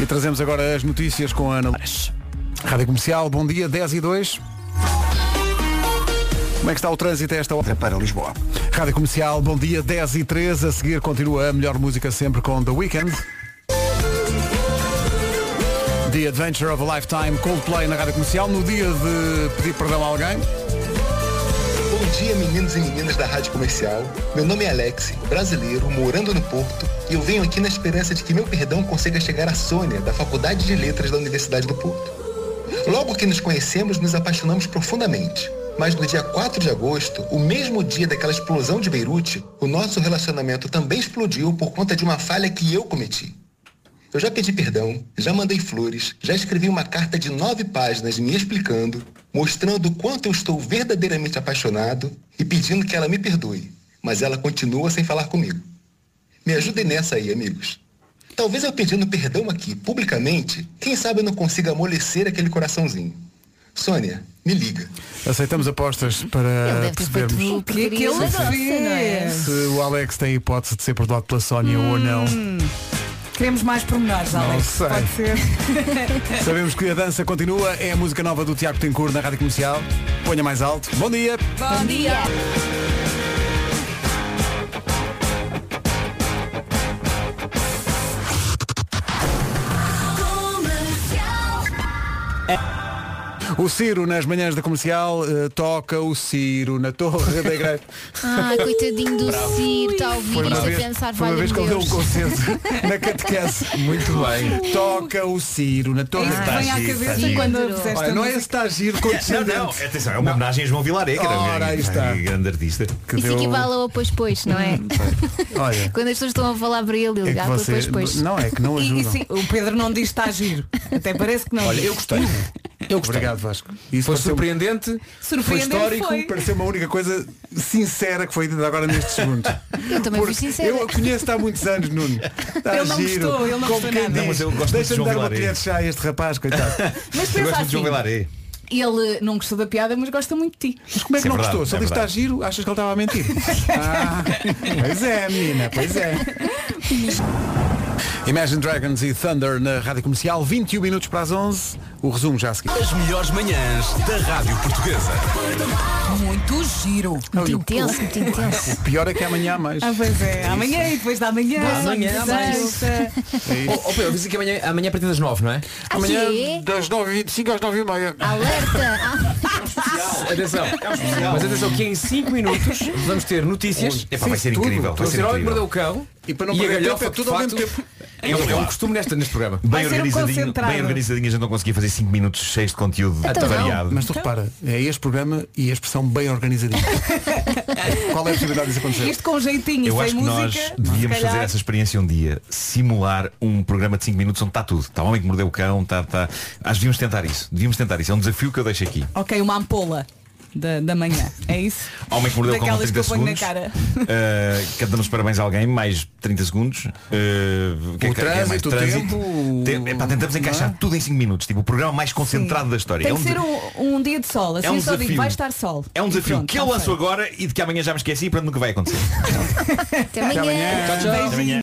S1: E trazemos agora as notícias com a Ana Lares. Rádio Comercial, bom dia, 10 e 2. Como é que está o trânsito a esta hora?
S5: Para Lisboa.
S1: Rádio Comercial, bom dia, 10 e 3. A seguir continua a melhor música sempre com The Weeknd. The Adventure of a Lifetime, Coldplay na Rádio Comercial, no dia de pedir perdão a alguém.
S20: Bom dia, meninos e meninas da Rádio Comercial. Meu nome é Alex, brasileiro, morando no Porto, e eu venho aqui na esperança de que meu perdão consiga chegar à Sônia, da Faculdade de Letras da Universidade do Porto. Logo que nos conhecemos, nos apaixonamos profundamente. Mas
S13: Eh,
S20: no dia 4 de agosto, o mesmo dia daquela explosão de Beirute, o nosso relacionamento também explodiu por conta de uma falha que eu cometi. Eu já pedi perdão, já mandei flores, já escrevi uma carta de nove páginas me explicando, mostrando o quanto eu estou verdadeiramente apaixonado e pedindo que ela me perdoe. Mas ela continua sem falar comigo. Me ajudem nessa aí, amigos. Talvez eu pedindo perdão aqui, publicamente, quem sabe eu não consiga amolecer aquele coraçãozinho. Sônia, me liga.
S1: Aceitamos apostas para Ah, percebermos
S4: O que é que ele
S12: Sim, sim.
S4: fez?
S1: se o Alex tem hipótese de ser perdoado pela Sónia ou não.
S4: Hum. Queremos mais pormenores,
S1: Não
S4: Alex.
S1: sei.
S4: Pode ser. É
S1: Sabemos que a dança continua, é a música nova do Tiago Tencourt na Rádio Comercial. Ponha mais alto. Bom dia!
S18: Bom dia.
S1: O Ciro nas manhãs da comercial eh, toca o Ciro na torre da igreja.
S12: Ah, coitadinho do
S1: Bravo.
S12: Ciro, está a ouvir
S1: Foi uma
S12: isto a
S1: vez-
S12: pensar,
S1: foi uma
S12: valha-me
S1: vez que ele deu um
S12: Deus.
S1: concerto na catequese. Muito bem. Toca o Ciro na torre
S13: É isso que
S1: da
S13: vem à
S1: igreja.
S13: cabeça Está giro, quando está giro. fizeste
S1: Olha, Não
S13: a
S1: é
S13: música.
S1: esse está giro com
S13: Não, não, atenção, é uma homenagem a João Vilaré, que era um
S1: Ora, aí
S13: grande,
S1: está.
S13: grande artista. Que
S12: Isso
S1: um
S12: equivale ao pois pois, não é?
S1: Olha,
S12: Quando as pessoas estão a falar para ele, ele
S1: Hum. É que
S12: ah, pois,
S1: você-
S12: pois pois.
S1: não, é que não
S4: E, e
S1: ajudam.
S4: sim, o Pedro não diz está giro. Até parece que não
S1: Olha,
S4: diz.
S1: eu gostei. Eu gostei. Obrigado, Vasco. Isso
S7: Foi
S1: pareceu-
S7: surpreendente,
S4: Surpreendente
S1: foi histórico,
S4: foi.
S1: pareceu uma única coisa sincera que foi dita agora nestes segundos.
S12: Eu também fui sincera.
S1: Eu a conheço há muitos anos, Nuno. Está
S4: Ele não
S1: giro.
S4: gostou, ele não
S1: Como
S4: gostou
S1: quem
S4: nada.
S1: diz,
S4: Não, mas eu gosto muito de
S1: Deixa-me
S13: João
S1: dar uma
S13: Vilaré.
S1: colher de chá a este rapaz, coitado.
S4: Mas pensa assim,
S7: é.
S13: Vilaré.
S4: ele não gostou da piada, mas gosta muito de ti. Mas
S1: Como é que não gostou? Se ele diz que está giro, achas que ele estava a mentir? Ah, pois é, menina, pois é. Imagine Dragons e Thunder na Rádio Comercial, 21 minutos para as 11. O resumo já a seguir.
S17: As melhores manhãs da Rádio Portuguesa.
S4: Muito giro.
S1: Não, e o- o- O pior é que amanhã há mais.
S4: Ah, pois é. Amanhã e depois da manhã.
S1: Dá amanhã,
S7: mas-
S4: sexta.
S1: É
S7: Ó oh, Pedro, dizem que amanhã, amanhã a partir das 9, não é?
S1: Amanhã das 9h25 às 9h30.
S12: Ah,
S7: Ah, Atenção, mas atenção que em 5 minutos vamos ter notícias.
S13: Ui, epá, vai ser incrível, vai
S7: Vamos
S13: ser
S7: ter Homem que Mordeu
S13: incrível.
S7: é o Cão
S1: E para não
S7: a
S1: perder
S7: galhofa
S1: tempo, é
S7: que,
S1: tudo
S7: de
S1: ao
S7: facto,
S1: mesmo tempo.
S7: É um, é um costume neste, neste programa.
S13: Bem organizadinho, bem organizadinho, a gente não conseguia fazer 5 minutos cheios de conteúdo
S4: Então.
S1: Tá
S13: Então, variado.
S1: Mas tu repara, é este programa e a expressão bem organizadinha. Qual é a possibilidade disso acontecer?
S4: Isto com jeitinho,
S13: Eu
S4: sem
S13: acho que
S4: música.
S13: nós devíamos
S4: se calhar.
S13: fazer essa experiência um dia, simular um programa de 5 minutos onde está tudo. Está o homem que mordeu o cão, tá, está, está. Acho que devíamos tentar isso. Devíamos tentar isso. É um desafio que eu deixo aqui.
S4: Ok, uma ampola da, da manhã. É isso?
S13: Homem que mordeu o cão
S4: Daquelas
S13: 30
S4: que eu ponho
S13: segundos.
S4: na cara.
S13: Uh, cantamos parabéns a alguém, mais 30 segundos. Uh, o
S1: trânsito, o é? tempo,
S13: epá, tentamos encaixar tudo em 5 minutos. Tipo, o programa mais concentrado da história.
S4: Tem
S13: É
S4: que
S13: um
S4: ser
S13: de-
S4: um, um dia de sol. Assim
S13: É um
S4: só digo,
S13: desafio.
S4: vai estar sol.
S13: É um
S4: E
S13: desafio
S4: pronto, tá
S13: que eu
S4: está
S13: lanço agora e de que amanhã já me esqueci e pronto, nunca vai acontecer.
S1: Tá
S4: feito. Até amanhã.
S13: Até amanhã.